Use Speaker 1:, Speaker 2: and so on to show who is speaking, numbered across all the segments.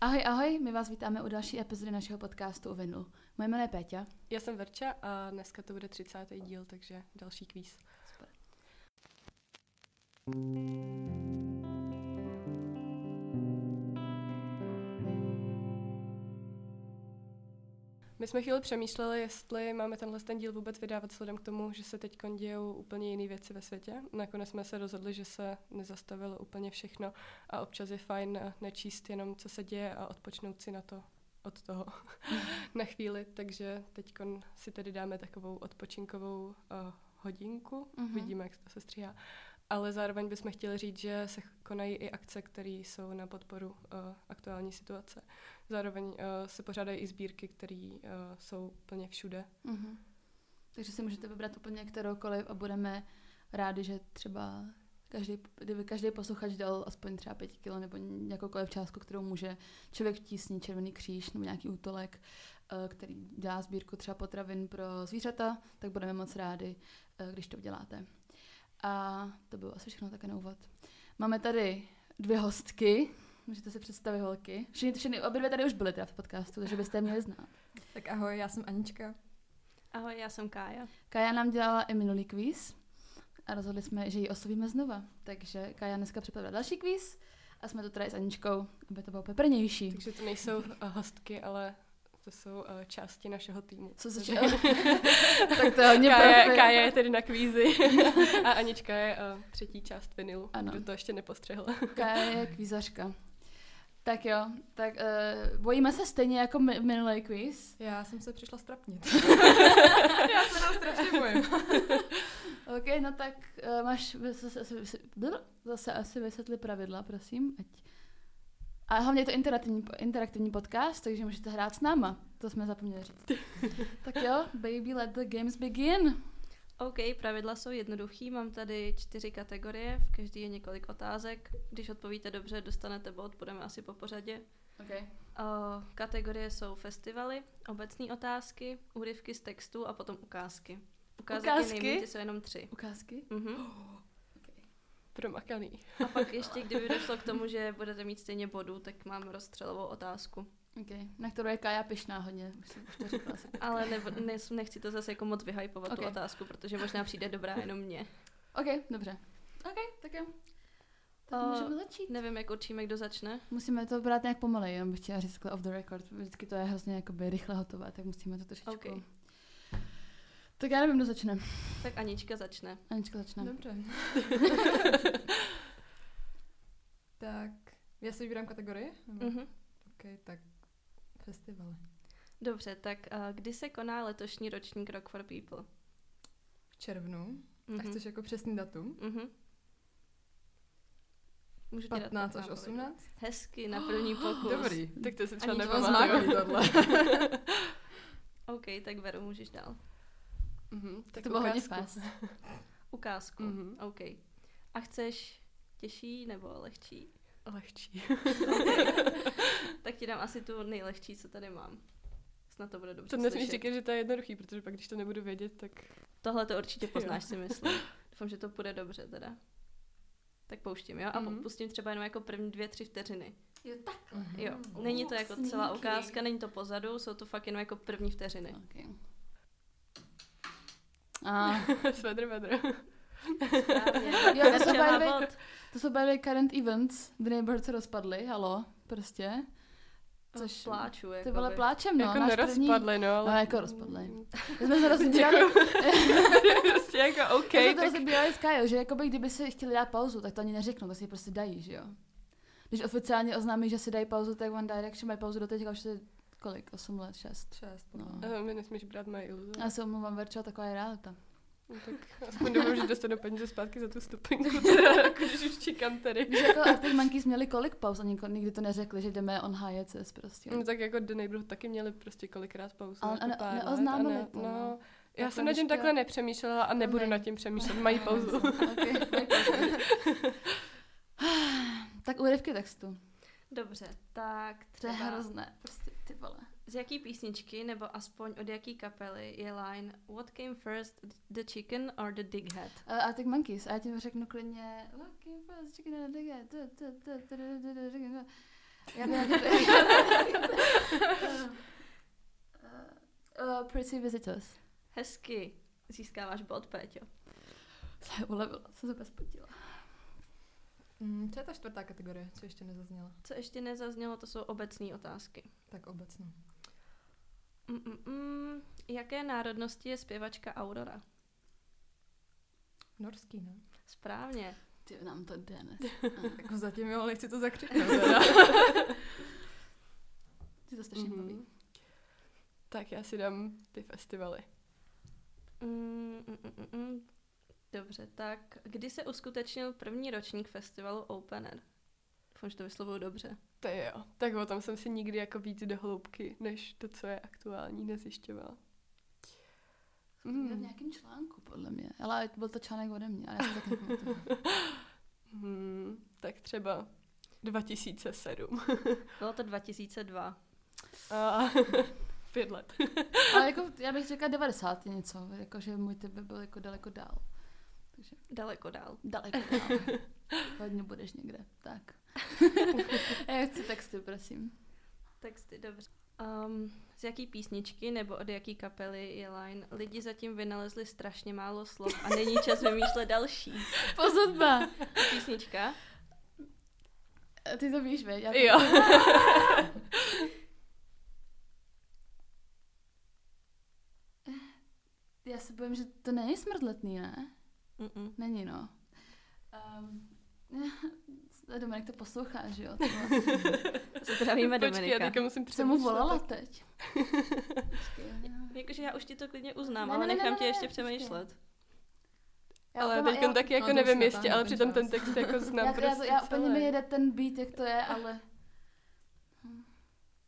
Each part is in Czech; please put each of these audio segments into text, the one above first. Speaker 1: Ahoj, ahoj, my vás vítáme u další epizody našeho podcastu u Vinlu. Moje jméno je Péťa.
Speaker 2: Já jsem Verča a dneska to bude 30. díl, takže další kvíz.
Speaker 1: Super.
Speaker 2: My jsme chvíli přemýšleli, jestli máme tenhle ten díl vůbec vydávat vzhledem k tomu, že se teď dějou úplně jiné věci ve světě. Nakonec jsme se rozhodli, že se nezastavilo úplně všechno a občas je fajn eh, nečíst jenom, co se děje a odpočnout si na to od toho na chvíli. Takže teď si tedy dáme takovou odpočinkovou eh, hodinku.
Speaker 1: Mhm.
Speaker 2: Mm-hmm. Vidíme, jak se to se stříhá. Ale zároveň bychom chtěli říct, že se konají i akce, které jsou na podporu eh, aktuální situace. Zároveň uh, se pořádají i sbírky, které uh, jsou úplně všude.
Speaker 1: Mhm. Takže si můžete vybrat úplně kteroukoliv a budeme rádi, že třeba každý, kdyby každý posluchač dal aspoň třeba 5 kilo nebo nějakoukoliv částku, kterou může člověk v tísni, Červený kříž nebo nějaký útolek, eh, který dělá sbírku třeba potravin pro zvířata, tak budeme moc rádi, eh, když to uděláte. A to bylo asi všechno také na úvod. Máme tady dvě hostky, můžete se představit holky. Všichni, všichni, obě dvě tady už byly teda v podcastu, takže byste je měli znát.
Speaker 3: Tak ahoj, já jsem Anička.
Speaker 4: Ahoj, já jsem Kája.
Speaker 1: Kaja nám dělala i minulý kvíz a rozhodli jsme, že ji oslovíme znova. Takže Kaja dneska připravila další kvíz a jsme to tady s Aničkou, aby to bylo peprnější.
Speaker 2: Takže to nejsou uh, hostky, ale to jsou uh, části našeho týmu.
Speaker 1: Co se
Speaker 2: Takže-
Speaker 1: čeho? tak to je hodně
Speaker 2: Kája,
Speaker 1: profi.
Speaker 2: Kája je tedy na kvízi a Anička je uh, třetí část vinilu,
Speaker 1: Ano.
Speaker 2: ano. kdo to ještě nepostřehl.
Speaker 1: Kaja je kvízařka. Tak jo, tak uh, bojíme se stejně jako mi- minulý kvíz.
Speaker 3: Já jsem se přišla strapnit. já se tam strašně bojím.
Speaker 1: OK, no tak uh, máš zase, asi vysv- bl- zase asi vysvětli pravidla, prosím. Ať... A hlavně je to interaktivní, interaktivní podcast, takže můžete hrát s náma. To jsme zapomněli říct. tak jo, baby, let the games begin.
Speaker 4: OK, pravidla jsou jednoduchý, mám tady čtyři kategorie, v každý je několik otázek. Když odpovíte dobře, dostanete bod, budeme asi po pořadě.
Speaker 1: OK.
Speaker 4: Uh, kategorie jsou festivaly, obecné otázky, úryvky z textu a potom ukázky. Ukázky,
Speaker 1: Ukázky?
Speaker 4: ukázky? nejméně jsou jenom tři.
Speaker 1: Ukázky?
Speaker 4: Mhm.
Speaker 1: Okay.
Speaker 2: Promakaný.
Speaker 4: A pak ještě, kdyby došlo k tomu, že budete mít stejně bodů, tak mám rozstřelovou otázku.
Speaker 1: okay. Na kterou je Kaja pišná hodně. Už jsem už to řekla asi.
Speaker 4: Ale ne, ne, nechci to zase jako moc vyhypovat okay.
Speaker 1: Ok.
Speaker 4: tu otázku, protože možná přijde dobrá jenom mě.
Speaker 1: OK, dobře. OK, tak jo. Tak
Speaker 4: Eh,
Speaker 1: můžeme začít.
Speaker 4: Nevím, jak určíme, kdo začne.
Speaker 1: Musíme to brát nějak pomalej, jenom bych chtěla říct takhle off the record. Vždycky to je hrozně jakoby rychle hotové, tak musíme to trošičku.
Speaker 4: Ok.
Speaker 1: Tak já nevím, kdo začne.
Speaker 4: Tak Anička začne.
Speaker 1: Anička začne.
Speaker 3: Dobře. tak, já si vybírám kategorii? Nebo-
Speaker 4: Mhm.
Speaker 3: Ok, tak festivaly.
Speaker 4: Dobře, tak uh, kdy se koná letošní ročník Rock for People?
Speaker 3: V červnu. A
Speaker 4: Mhm.
Speaker 3: chceš jako přesný datum?
Speaker 4: Mhm. Můžu ti dát
Speaker 3: 15 až
Speaker 4: taková
Speaker 3: 18?
Speaker 4: pověď. Hezky, na první pokus.
Speaker 3: Ah, Dobrý.
Speaker 2: Tak to si třeba
Speaker 4: Anička
Speaker 2: nepamatuju.
Speaker 3: zmákla tohle.
Speaker 4: OK, tak Veru, můžeš dál.
Speaker 2: Mhm,
Speaker 1: Tak
Speaker 2: tak
Speaker 1: to bylo hodně
Speaker 2: ukázku.
Speaker 1: fast.
Speaker 4: Ukázku.
Speaker 2: Mhm.
Speaker 4: OK. A chceš těžší nebo lehčí?
Speaker 2: Lehčí.
Speaker 4: Tak ti dám asi tu nejlehčí, co tady mám. Snad to bude dobře
Speaker 2: To nesmíš
Speaker 4: slyšet.
Speaker 2: říkat, že to je jednoduchý, protože pak, když to nebudu vědět, tak
Speaker 4: Tohle to určitě
Speaker 2: Jo.
Speaker 4: poznáš, si myslím. Doufám, že to bude dobře teda. Tak pouštím, jo? A
Speaker 2: Mhm.
Speaker 4: mm-hmm. pustím třeba jenom jako první dvě, tři vteřiny.
Speaker 1: Jo, tak.
Speaker 4: Jo,
Speaker 1: Mm.
Speaker 4: není to
Speaker 1: Oh,
Speaker 4: jako celá
Speaker 1: sníky.
Speaker 4: ukázka, není to pozadu, jsou to fakt jenom jako první vteřiny.
Speaker 1: Okay. A
Speaker 2: svedr vedr.
Speaker 1: No, Jo, to jsou
Speaker 4: Verča
Speaker 1: by the
Speaker 4: má
Speaker 1: way-
Speaker 4: bod.
Speaker 1: to jsou by the way current events. The Neighborhood se rozpadly, halo, prostě. Což-
Speaker 4: Což pláču, jako
Speaker 1: Ty vole
Speaker 4: by.
Speaker 1: pláčem, no.
Speaker 2: jako
Speaker 1: náš
Speaker 2: nerozpadly, no,
Speaker 1: První...
Speaker 2: ale
Speaker 1: No, jako rozpadly. My jsme se rozbírali,
Speaker 2: prostě jako OK,
Speaker 1: okay, jsme to
Speaker 2: tak
Speaker 1: rozbírali s Kyle, že jakoby kdyby si chtěli dát pauzu, tak to ani neřeknou, to si prostě dají, že jo. Když oficiálně oznámí, že si dají pauzu, tak One Direction mají pauzu do teďka už je kolik? 8 let, 6.
Speaker 3: 6.
Speaker 1: No.
Speaker 2: Eh, mi nesmíš brát moje iluze.
Speaker 1: Já se omlouvám, Verčo, taková je realita.
Speaker 2: No Tak aspoň doufám, že dostanu peníze zpátky za tu stupenku, teda, jako, když už čekám tady.
Speaker 1: Víš, jako Arctic Monkeys měli kolik pauz a niko- nikdy to neřekli, že jdeme on HJCS prostě.
Speaker 2: No tak jako The Neighborhood taky měli prostě kolikrát pauzu.
Speaker 1: Ale
Speaker 2: jako
Speaker 1: ne-
Speaker 2: pár let
Speaker 1: neoznámili
Speaker 2: a ne-
Speaker 1: to, no.
Speaker 2: No, já
Speaker 1: Takhle
Speaker 2: jsem nad
Speaker 1: bych
Speaker 2: tím
Speaker 1: chtěla-
Speaker 2: takhle nepřemýšlela a nebudu
Speaker 1: ne.
Speaker 2: nad tím přemýšlet. Mají pauzu.
Speaker 1: okay, mají pauzu. tak úryvky textu.
Speaker 4: Dobře, tak
Speaker 1: To je
Speaker 4: třeba
Speaker 1: hrozné, prostě ty vole.
Speaker 4: z jaký písničky nebo aspoň od jaký kapely je line What came first, the chicken or the dighead?
Speaker 1: Uh, Arctic Monkeys, a já ti řeknu klidně Looking for a chicken and a dick, du- du- du- du- du- du- du- du- du- du- Já nevím, jak to- Eh, Inspirující vizitors.
Speaker 4: Hezky. Získáváš bod, Péťo.
Speaker 1: Se ulevila, se zase potila.
Speaker 3: Mm, co je ta čtvrtá kategorie, co ještě nezazněla?
Speaker 4: Co ještě nezaznělo, to jsou obecné otázky.
Speaker 3: Tak obecně.
Speaker 4: Mm-mm-mm. Mm, Jaké národnosti je zpěvačka Aurora?
Speaker 3: Norský, ne?
Speaker 4: Správně.
Speaker 1: Ty nám to jde, ne?
Speaker 3: Jako zatím jo, nechci to zakřiknout. teda.
Speaker 1: Ty to strašně
Speaker 2: Mhm.
Speaker 1: baví.
Speaker 2: Tak já si dám ty festivaly.
Speaker 4: Mm, mm, mm, mm. Dobře, tak kdy se uskutečnil první ročník festivalu Open Air? Doufám, že to vyslovuju dobře.
Speaker 2: To jo. Tak o tom jsem si nikdy jako víc do hloubky, než to, co je aktuální, nezjišťovala.
Speaker 1: Mm. V nějakém článku, podle mě. Ale byl to článek ode mě, ale já se tak nepamatuju.
Speaker 2: Hmm, tak třeba 2007.
Speaker 4: Bylo to 2002.
Speaker 2: A pět let.
Speaker 1: ale jako, já bych řekla 90 něco, jakože můj typ by byl jako daleko dál.
Speaker 4: Daleko dál.
Speaker 1: Daleko dál. Hodně budeš někde, tak. já chci texty, prosím.
Speaker 4: Texty, dobře. Um, z jaký písničky nebo od jaký kapely je line? Lidi zatím vynalezli strašně málo slov a není čas vymýšlet další.
Speaker 1: Pozadba!
Speaker 4: Písnička?
Speaker 1: Ty to víš, veď? Já to-
Speaker 2: Jo.
Speaker 1: Já se bojím, že to není smrdletný, ne?
Speaker 4: Mm-mm.
Speaker 1: Není, no. Um, Dominik to poslouchá, že jo?
Speaker 4: Zdravíme
Speaker 2: Počkej, já
Speaker 4: Dominika.
Speaker 2: teďka
Speaker 1: Co mu
Speaker 2: musím přemýšlet.
Speaker 1: volala teď? Počkej,
Speaker 4: Jakože já už ti to klidně uznám,
Speaker 1: Ne, ne,
Speaker 4: ale
Speaker 1: ne,
Speaker 4: nechám
Speaker 1: ne,
Speaker 4: tě
Speaker 1: ne,
Speaker 4: ještě
Speaker 1: počkej.
Speaker 4: přemýšlet.
Speaker 1: já
Speaker 2: Ale
Speaker 1: to má-
Speaker 2: teď
Speaker 1: já-
Speaker 2: taky
Speaker 3: No,
Speaker 2: jako
Speaker 3: to už
Speaker 2: nevím
Speaker 3: na
Speaker 2: jistě,
Speaker 3: tam
Speaker 2: ale
Speaker 3: ten
Speaker 2: přitom
Speaker 3: čas.
Speaker 2: ten text jako znám
Speaker 1: já, to- já,
Speaker 2: prostě
Speaker 1: to- já úplně
Speaker 2: celé.
Speaker 1: mi jede ten beat, jak to je, ale... Hm.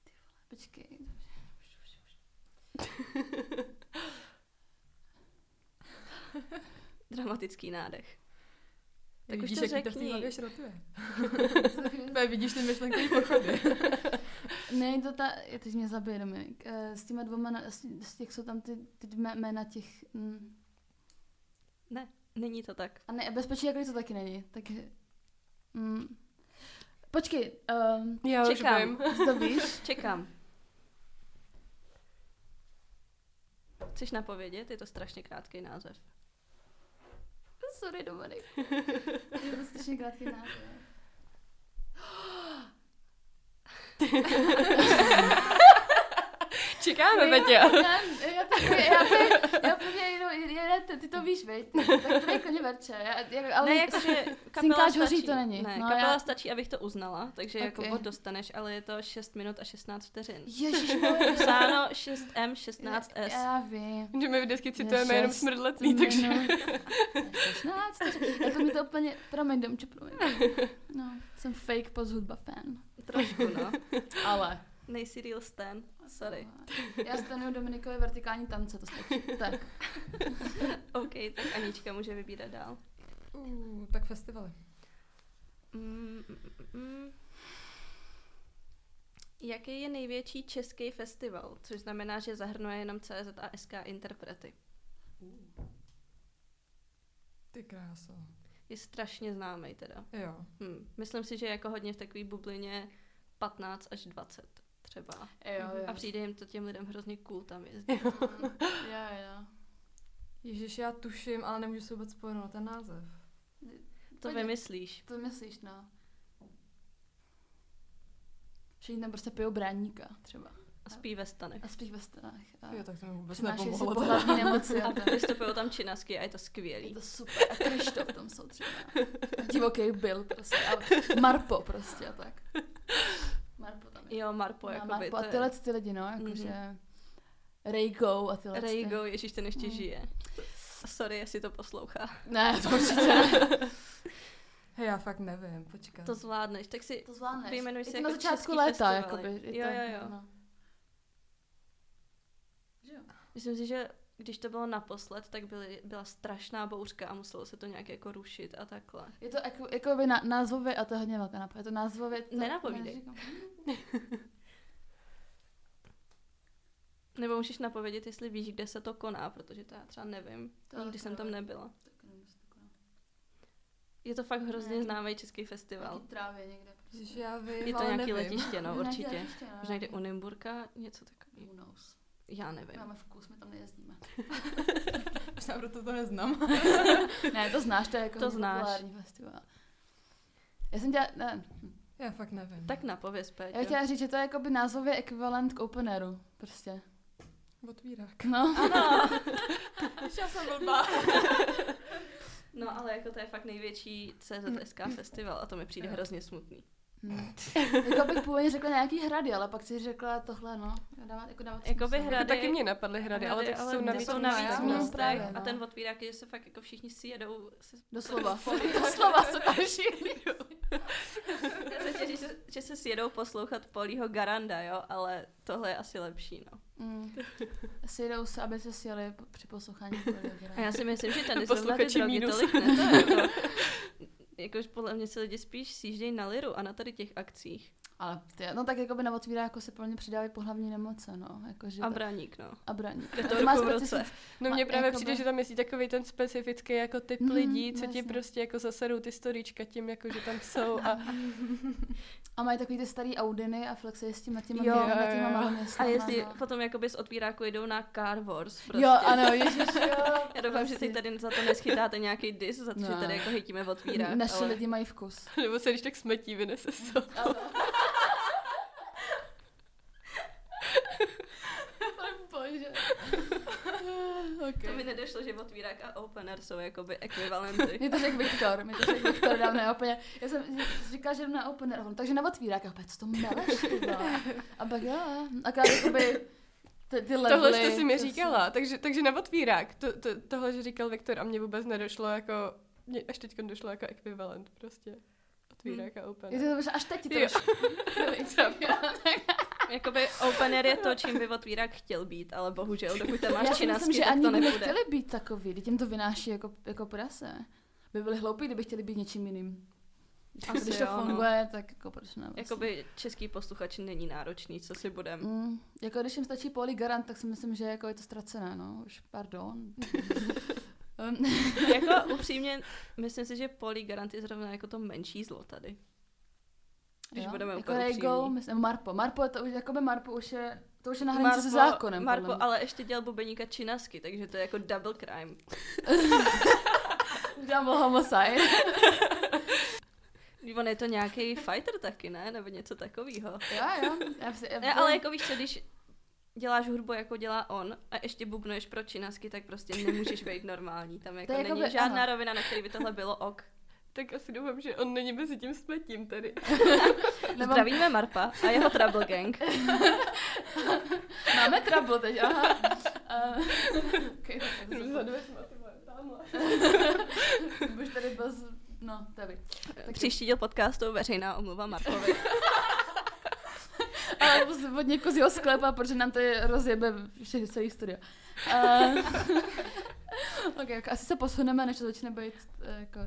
Speaker 1: Ty vole, Počkej.
Speaker 4: Dramatický nádech. Tak už
Speaker 3: vidíš,
Speaker 4: to
Speaker 3: jak jí v té
Speaker 4: řekni.
Speaker 3: hlavě šrotuje. Úplně vidíš ty myšlenky pochody.
Speaker 1: Ne, to ta, je, teď mě zabije Dominik. Eh, S těma dvoma, na- s, s těch jsou tam ty, ty dvě jména těch... Mm.
Speaker 4: Není to tak.
Speaker 1: A ne, bezpečí jako to taky není, takže... Mm. Počkej, um,
Speaker 2: Já už
Speaker 4: Čekám.
Speaker 2: vím.
Speaker 1: to víš?
Speaker 4: Čekám. Chceš napovědět? Je to strašně krátký název.
Speaker 1: Sorry, Dominik. Je to strašně krátký název.
Speaker 2: Čekáme,
Speaker 1: Ne,
Speaker 2: Petě.
Speaker 1: Já, já, pevně- já, pevně- já pevně jenom, je, ty, ty to víš, veď? Tak to je klidně verče. Já, já, ale
Speaker 4: ne, jakože kapela
Speaker 1: Synkáč
Speaker 4: stačí.
Speaker 1: hoří to není.
Speaker 4: Ne,
Speaker 1: No,
Speaker 4: kapela
Speaker 1: já-
Speaker 4: stačí, abych to uznala, takže jako
Speaker 1: Ok.
Speaker 4: bod dostaneš, ale je to 6 minut a 16 vteřin.
Speaker 1: Ježíš, moje,
Speaker 4: Psáno 6M, 16S.
Speaker 1: Já, Mm. já vím.
Speaker 2: Že my vždycky
Speaker 1: Je
Speaker 2: citujeme jenom
Speaker 1: šest
Speaker 2: smrdletný, takže...
Speaker 1: minut. 16. Jako mi to úplně, promiň, domče, promiň. No, jsem fake post hudba fan.
Speaker 4: Trošku, no.
Speaker 1: Ale.
Speaker 4: Nejsi real Stan. Sorry.
Speaker 1: Já stanuju Dominikovi vertikální tance, to stačí. Tak. No.
Speaker 4: OK, tak Anička může vybírat dál.
Speaker 3: Uh, tak festivaly.
Speaker 4: Mm, mm, mm. Jaký je největší český festival? Což znamená, že zahrnuje jenom CZ a SK interprety.
Speaker 3: Ty kráso.
Speaker 4: Je strašně známý teda.
Speaker 3: Jo.
Speaker 4: Hm. Myslím si, že je jako hodně v takové bublině 15 až 20 třeba.
Speaker 1: Jo, jo.
Speaker 4: A přijde jim to těm lidem hrozně cool tam jezdit.
Speaker 1: Jo, jo.
Speaker 3: Ježíš, já tuším, ale nemůžu se vůbec spojenout ten název.
Speaker 4: To
Speaker 1: Oni-
Speaker 4: vymyslíš.
Speaker 1: To myslíš, no. Všichni tam prostě pijou bráníka třeba.
Speaker 4: A spí ve stanech.
Speaker 1: A spíš ve stranách. A
Speaker 3: Jo, tak to mi vůbec
Speaker 1: přinášejí si
Speaker 3: nepomohlo. teda.
Speaker 1: pohlavní nemoci. A
Speaker 4: A vystupují tam činasky a je to
Speaker 1: je
Speaker 4: skvělý.
Speaker 1: to super. A Krištof tam jsou třeba. A divoký byl prostě. A Marpo prostě a tak. Marpo tam je.
Speaker 4: Jo, Marpo,
Speaker 1: No,
Speaker 4: jakoby.
Speaker 1: Marpo
Speaker 4: to
Speaker 1: a
Speaker 4: je- Mhm.
Speaker 1: tyhle ty lidi, no, jakože... Rejgo a tyhle ty.
Speaker 4: Rejgo, ježíš, ten ještě
Speaker 1: Mm.
Speaker 4: žije. Sorry, jestli to poslouchá.
Speaker 1: Ne, to určitě ne.
Speaker 3: Hej, já fakt nevím, počkat.
Speaker 4: To zvládneš, tak si...
Speaker 1: To zvládneš.
Speaker 4: Vyjmenuj
Speaker 1: Je
Speaker 4: si
Speaker 1: to
Speaker 4: jako
Speaker 1: na začátku
Speaker 4: český
Speaker 1: léta,
Speaker 4: festivaly.
Speaker 1: jakoby. Je
Speaker 4: Jo,
Speaker 1: to,
Speaker 4: jo, jo.
Speaker 1: No. Že jo?
Speaker 4: Myslím si, že když to bylo naposled, tak byly, byla strašná bouřka a muselo se to nějak jako rušit a takhle.
Speaker 1: Je to jako, jako by na, názvově, a to je hodně velká nápověď, je to názvově... To,
Speaker 4: Nenapovídej.
Speaker 1: neříkám.
Speaker 4: Nebo můžeš napovědět, jestli víš, kde se to koná, protože to já třeba nevím.
Speaker 1: To
Speaker 4: Nikdy
Speaker 1: taky
Speaker 4: jsem tam
Speaker 1: nevím.
Speaker 4: nebyla.
Speaker 1: Tak nevím, jestli to koná.
Speaker 4: Je to fakt hrozně
Speaker 1: Ne.
Speaker 4: známý český festival.
Speaker 1: Taky trávě někde. prostě.
Speaker 3: Ježíš, já vím,
Speaker 4: Je to
Speaker 3: ale
Speaker 4: nějaký
Speaker 3: nevím.
Speaker 4: letiště, no
Speaker 1: Nějaký
Speaker 4: určitě.
Speaker 1: letiště, no,
Speaker 4: Možná někde
Speaker 1: nějaký-
Speaker 4: u Nymburka, něco takového.
Speaker 1: Who knows.
Speaker 4: Já nevím.
Speaker 1: Máme vkus, my tam nejezdíme.
Speaker 3: Možná proto to neznám.
Speaker 1: ne, to znáš, to je jako
Speaker 4: To znáš.
Speaker 1: populární festival. Já jsem dělala, ne, hm.
Speaker 3: Já fakt nevím.
Speaker 4: Tak napověz, Péťo.
Speaker 1: já bych chtěla říct, že to je jakoby názově ekvivalent k open airu, prostě.
Speaker 3: Otvírák.
Speaker 1: No,
Speaker 4: Ano.
Speaker 3: Já jsem blbá.
Speaker 4: No ale jako to je fakt největší CZSK festival a to mi přijde
Speaker 3: Jo.
Speaker 4: hrozně smutný.
Speaker 1: Hm. jako bych původně řekla nějaký hrady, ale pak si řekla tohle, no. Dávat, jako dávat
Speaker 4: Jakoby
Speaker 1: smysl.
Speaker 4: hrady-
Speaker 2: Taky mě napadly hrady, ale tak jsou
Speaker 4: ty
Speaker 2: na víc
Speaker 4: jsou
Speaker 1: místech.
Speaker 4: navíc
Speaker 1: No,
Speaker 4: místech
Speaker 1: právě,
Speaker 4: a
Speaker 1: no.
Speaker 4: ten otvírák je, že se fakt jako všichni si jedou se
Speaker 1: Doslova. Doslova se tam šíří.
Speaker 4: Já se těším, že, že se sjedou poslouchat Polího Garanda, jo, ale tohle je asi lepší, no.
Speaker 1: Mm. Sjedou se, aby se sjeli po- při poslouchání. choreografie.
Speaker 4: A já si myslím, že tady zrovna ty
Speaker 2: Posluchači
Speaker 4: drogy
Speaker 2: mínus.
Speaker 4: tolik ne, to jako, jakož podle mě se lidi spíš sjíždějí na liru a na tady těch akcích.
Speaker 1: Ale ty, no tak jako by na otvírá, jako se pro mě přidávají pohlavní nemoce, no. Jako, že
Speaker 4: A
Speaker 1: to-
Speaker 4: braník, no.
Speaker 1: a braní.
Speaker 4: Jde
Speaker 1: A
Speaker 4: to
Speaker 1: to má
Speaker 4: ruku v
Speaker 1: specific-
Speaker 4: ruce.
Speaker 2: No mně
Speaker 1: A
Speaker 2: právě
Speaker 1: jakoby-
Speaker 2: přijde, že tam myslí takový ten specifický jako typ
Speaker 1: Mhm,
Speaker 2: lidí, co ti
Speaker 1: jasně.
Speaker 2: prostě jako zaserou ty storíčka tím, jako že tam jsou a
Speaker 1: A mají takový ty starý Audiny a flexy s tím na těma,
Speaker 2: Jo,
Speaker 1: jo,
Speaker 2: jo,
Speaker 1: na těma
Speaker 2: jo.
Speaker 1: malými městama,
Speaker 4: A jestli
Speaker 1: no.
Speaker 4: potom jakoby z otvíráku jdou na Car Wars prostě.
Speaker 1: Jo, ano, ježiš, jo.
Speaker 4: Já doufám, že
Speaker 1: prostě.
Speaker 4: teď tady za to neschytáte nějaký dis, za to, že
Speaker 1: Ne.
Speaker 4: tady jako hejtíme otvírák.
Speaker 1: Naši
Speaker 4: ale...
Speaker 1: lidi mají vkus.
Speaker 2: nebo se když tak smetí, vynese se.
Speaker 1: Bože.
Speaker 4: To mi
Speaker 1: okay.
Speaker 4: nedošlo, že otvírák a opener jsou jakoby ekvivalenty.
Speaker 1: Mě to řekl Viktor, mě to řekl Viktor dávno na opener. Já jsem říkala, že jdu na opener, a on, takže na otvírák, a pak co to meleš, ty vole?" A pak jo, a krát jakoby ty, ty levely. prostě.
Speaker 2: Tohle jste si mi
Speaker 1: to jsou-
Speaker 2: říkala, takže, takže na otvírák. To, to, tohle, že říkal Viktor a mě vůbec nedošlo jako, mě až teď došlo jako ekvivalent prostě. Otvírák a open.
Speaker 1: Hmm. Je to dobře, až teď ti to
Speaker 2: Jo.
Speaker 1: došlo.
Speaker 4: Jakoby open air je to, čím by otvírák chtěl být, ale bohužel, dokud tam
Speaker 1: Já
Speaker 4: máš
Speaker 1: si myslím,
Speaker 4: činnosti,
Speaker 1: že
Speaker 4: tak
Speaker 1: ani
Speaker 4: to
Speaker 1: by
Speaker 4: nepůjde.
Speaker 1: nechtěli být takový, když jim to vynáší jako, jako prase. By byli hloupí, kdyby chtěli být něčím jiným. A
Speaker 4: Asi
Speaker 1: když to
Speaker 4: jo, no.
Speaker 1: funguje, tak jako proč ne? vlastně.
Speaker 4: Jakoby český posluchač není náročný, co si budem.
Speaker 1: Mm, jako když jim stačí poli garant, tak si myslím, že jako je to ztracené, no. Už pardon. Um, Em,
Speaker 4: Jako upřímně, myslím si, že Polygarant je zrovna jako to menší zlo tady. Když budeme
Speaker 1: jako
Speaker 4: úplně
Speaker 1: Rego,
Speaker 4: upřímní.
Speaker 1: myslím, Marpo. Marpo, je to už, jakoby Marpo už je, to už je na hranici se zákonem.
Speaker 4: Marpo
Speaker 1: podle mě.
Speaker 4: ale ještě dělal bubeníka činasky, takže to je jako double crime.
Speaker 1: Double homicide.
Speaker 4: On je to nějaký fighter taky, ne? Nebo něco takového.
Speaker 1: jo, jo. Já si, já,
Speaker 4: Ne, ale jako víš co, když děláš hudbu, jako dělá on, a ještě bubnuješ pro činasky, tak prostě nemůžeš být normální. Tam jako
Speaker 1: je
Speaker 4: není
Speaker 1: jakoby-
Speaker 4: žádná
Speaker 1: ano.
Speaker 4: rovina, na který by tohle bylo ok.
Speaker 2: Tak asi doufám, že on není mezi tím smetím tady.
Speaker 1: Nemám-
Speaker 4: Zdravíme Marpa a jeho Trouble Gang.
Speaker 1: Máme trouble teď, aha. Uh, okay, tak to
Speaker 2: Za
Speaker 1: se-
Speaker 2: dveřma, ty vole, tamhle.
Speaker 1: Už tady byl z... No, tady. Tak-
Speaker 4: Příští díl podcastu Veřejná omluva Markovi.
Speaker 1: Ale z- od někoho z jeho sklepa, protože nám tady rozjebe vše- celý studio. Uh, ok, ok, asi se posuneme, než to začne být eh, jako...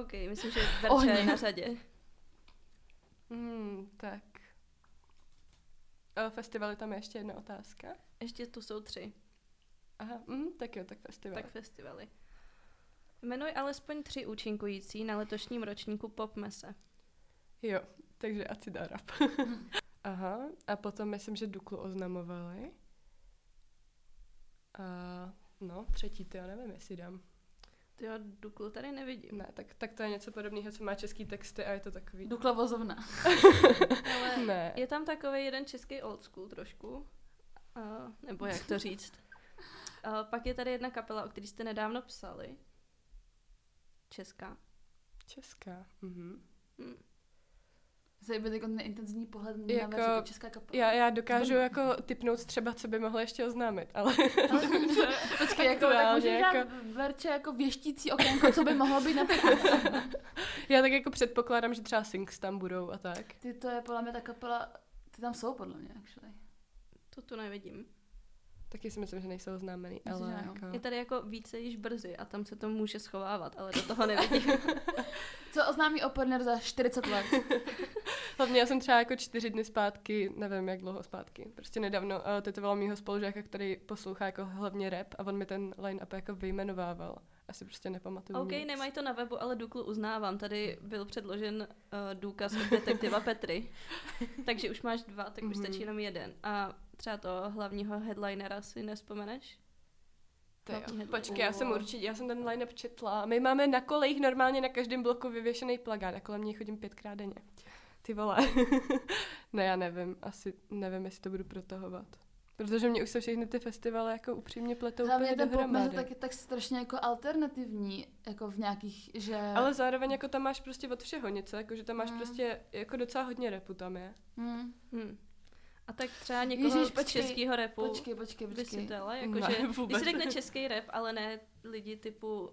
Speaker 4: OK, myslím, že Verča
Speaker 1: Ohně.
Speaker 4: je na řadě.
Speaker 2: Hmm, tak. A festivaly tam je ještě jedna otázka.
Speaker 4: Ještě tu jsou tři,
Speaker 2: Aha, mm, tak jo, tak festivaly.
Speaker 4: tak festivaly. Jmenuj alespoň tři účinkující na letošním ročníku Popmese.
Speaker 2: Jo, takže asi dá rap. Aha, a potom myslím, že Duklu oznamovali. A no, třetí to já nevím, jestli dám.
Speaker 4: Ty jo, Duklu tady nevidím.
Speaker 2: Ne, tak, tak to je něco podobného, co má český texty a je to takový...
Speaker 1: Dukla vozovna.
Speaker 4: Ale
Speaker 2: Ne,
Speaker 4: je tam takový jeden český old school trošku, uh, nebo jak to říct. Uh, pak je tady jedna kapela, o který jste nedávno psali. Česká.
Speaker 2: česká. Mhm.
Speaker 4: Hm.
Speaker 1: Zajímavý jako neintenzivní pohled na
Speaker 2: Jako-
Speaker 1: jako, jako česká kapela.
Speaker 2: Já, já dokážu jako typnout třeba, co by mohla ještě oznámit, ale
Speaker 1: Ale- Počkej, jako, tak
Speaker 2: Aktuálně,
Speaker 1: můžeš
Speaker 2: jako-
Speaker 1: jako... verče jako věštící okénko, co by mohlo být na pokus.
Speaker 2: já tak jako předpokládám, že třeba Sings tam budou a tak.
Speaker 1: Ty to je podle mě ta kapela, ty tam jsou podle mě, actually.
Speaker 4: To tu nevidím.
Speaker 2: Taky si myslím, že nejsou oznámený,
Speaker 1: Myslím,
Speaker 2: ale
Speaker 1: že ano.
Speaker 2: jako...
Speaker 4: Je tady jako více již brzy a tam se to může schovávat, ale do toho nevidím.
Speaker 1: Co oznámí opener za 40 let?
Speaker 2: Hlavně já jsem třeba jako čtyři dny zpátky, nevím jak dlouho zpátky, prostě nedávno uh, tetoval mýho spolužáka, který poslouchá jako hlavně rap a on mi ten line-up jako vyjmenovával. Asi prostě nepamatuju
Speaker 4: OK,
Speaker 2: nic.
Speaker 4: nemají to na webu, ale Duklu uznávám. Tady byl předložen eh, uh, důkaz od detektiva Petry. Takže už máš dva, tak už
Speaker 2: Mhm.
Speaker 4: stačí jenom jeden. A Třeba toho hlavního headlinera si nespomeneš?
Speaker 2: To jo. Počkej, já jsem určitě, já jsem ten line-up četla. My máme na kolejích normálně na každém bloku vyvěšený plagát a kolem něj chodím pětkrát denně. Ty vole. ne, já nevím, asi nevím, jestli to budu protahovat. Protože mě už se všechny ty festivaly jako upřímně pletou
Speaker 1: Hlavně
Speaker 2: úplně
Speaker 1: ten pop metal
Speaker 2: dohromady.
Speaker 1: taky tak strašně jako alternativní, jako v nějakých, že...
Speaker 2: Ale zároveň jako tam máš prostě od všeho něco, jako že tam máš
Speaker 1: Mm.
Speaker 2: prostě jako docela hodně repu tam je.
Speaker 1: Hmm.
Speaker 4: Hm. A tak třeba někoho
Speaker 1: Ježíš,
Speaker 4: Ježíš, z
Speaker 1: počkej,
Speaker 4: českého repu
Speaker 1: Počkej, počkej,
Speaker 4: by si
Speaker 1: počkej.
Speaker 4: dala,
Speaker 2: Ne,
Speaker 4: jakože, když
Speaker 2: vůbec.
Speaker 4: si řekne český rap, ale ne lidi typu uh,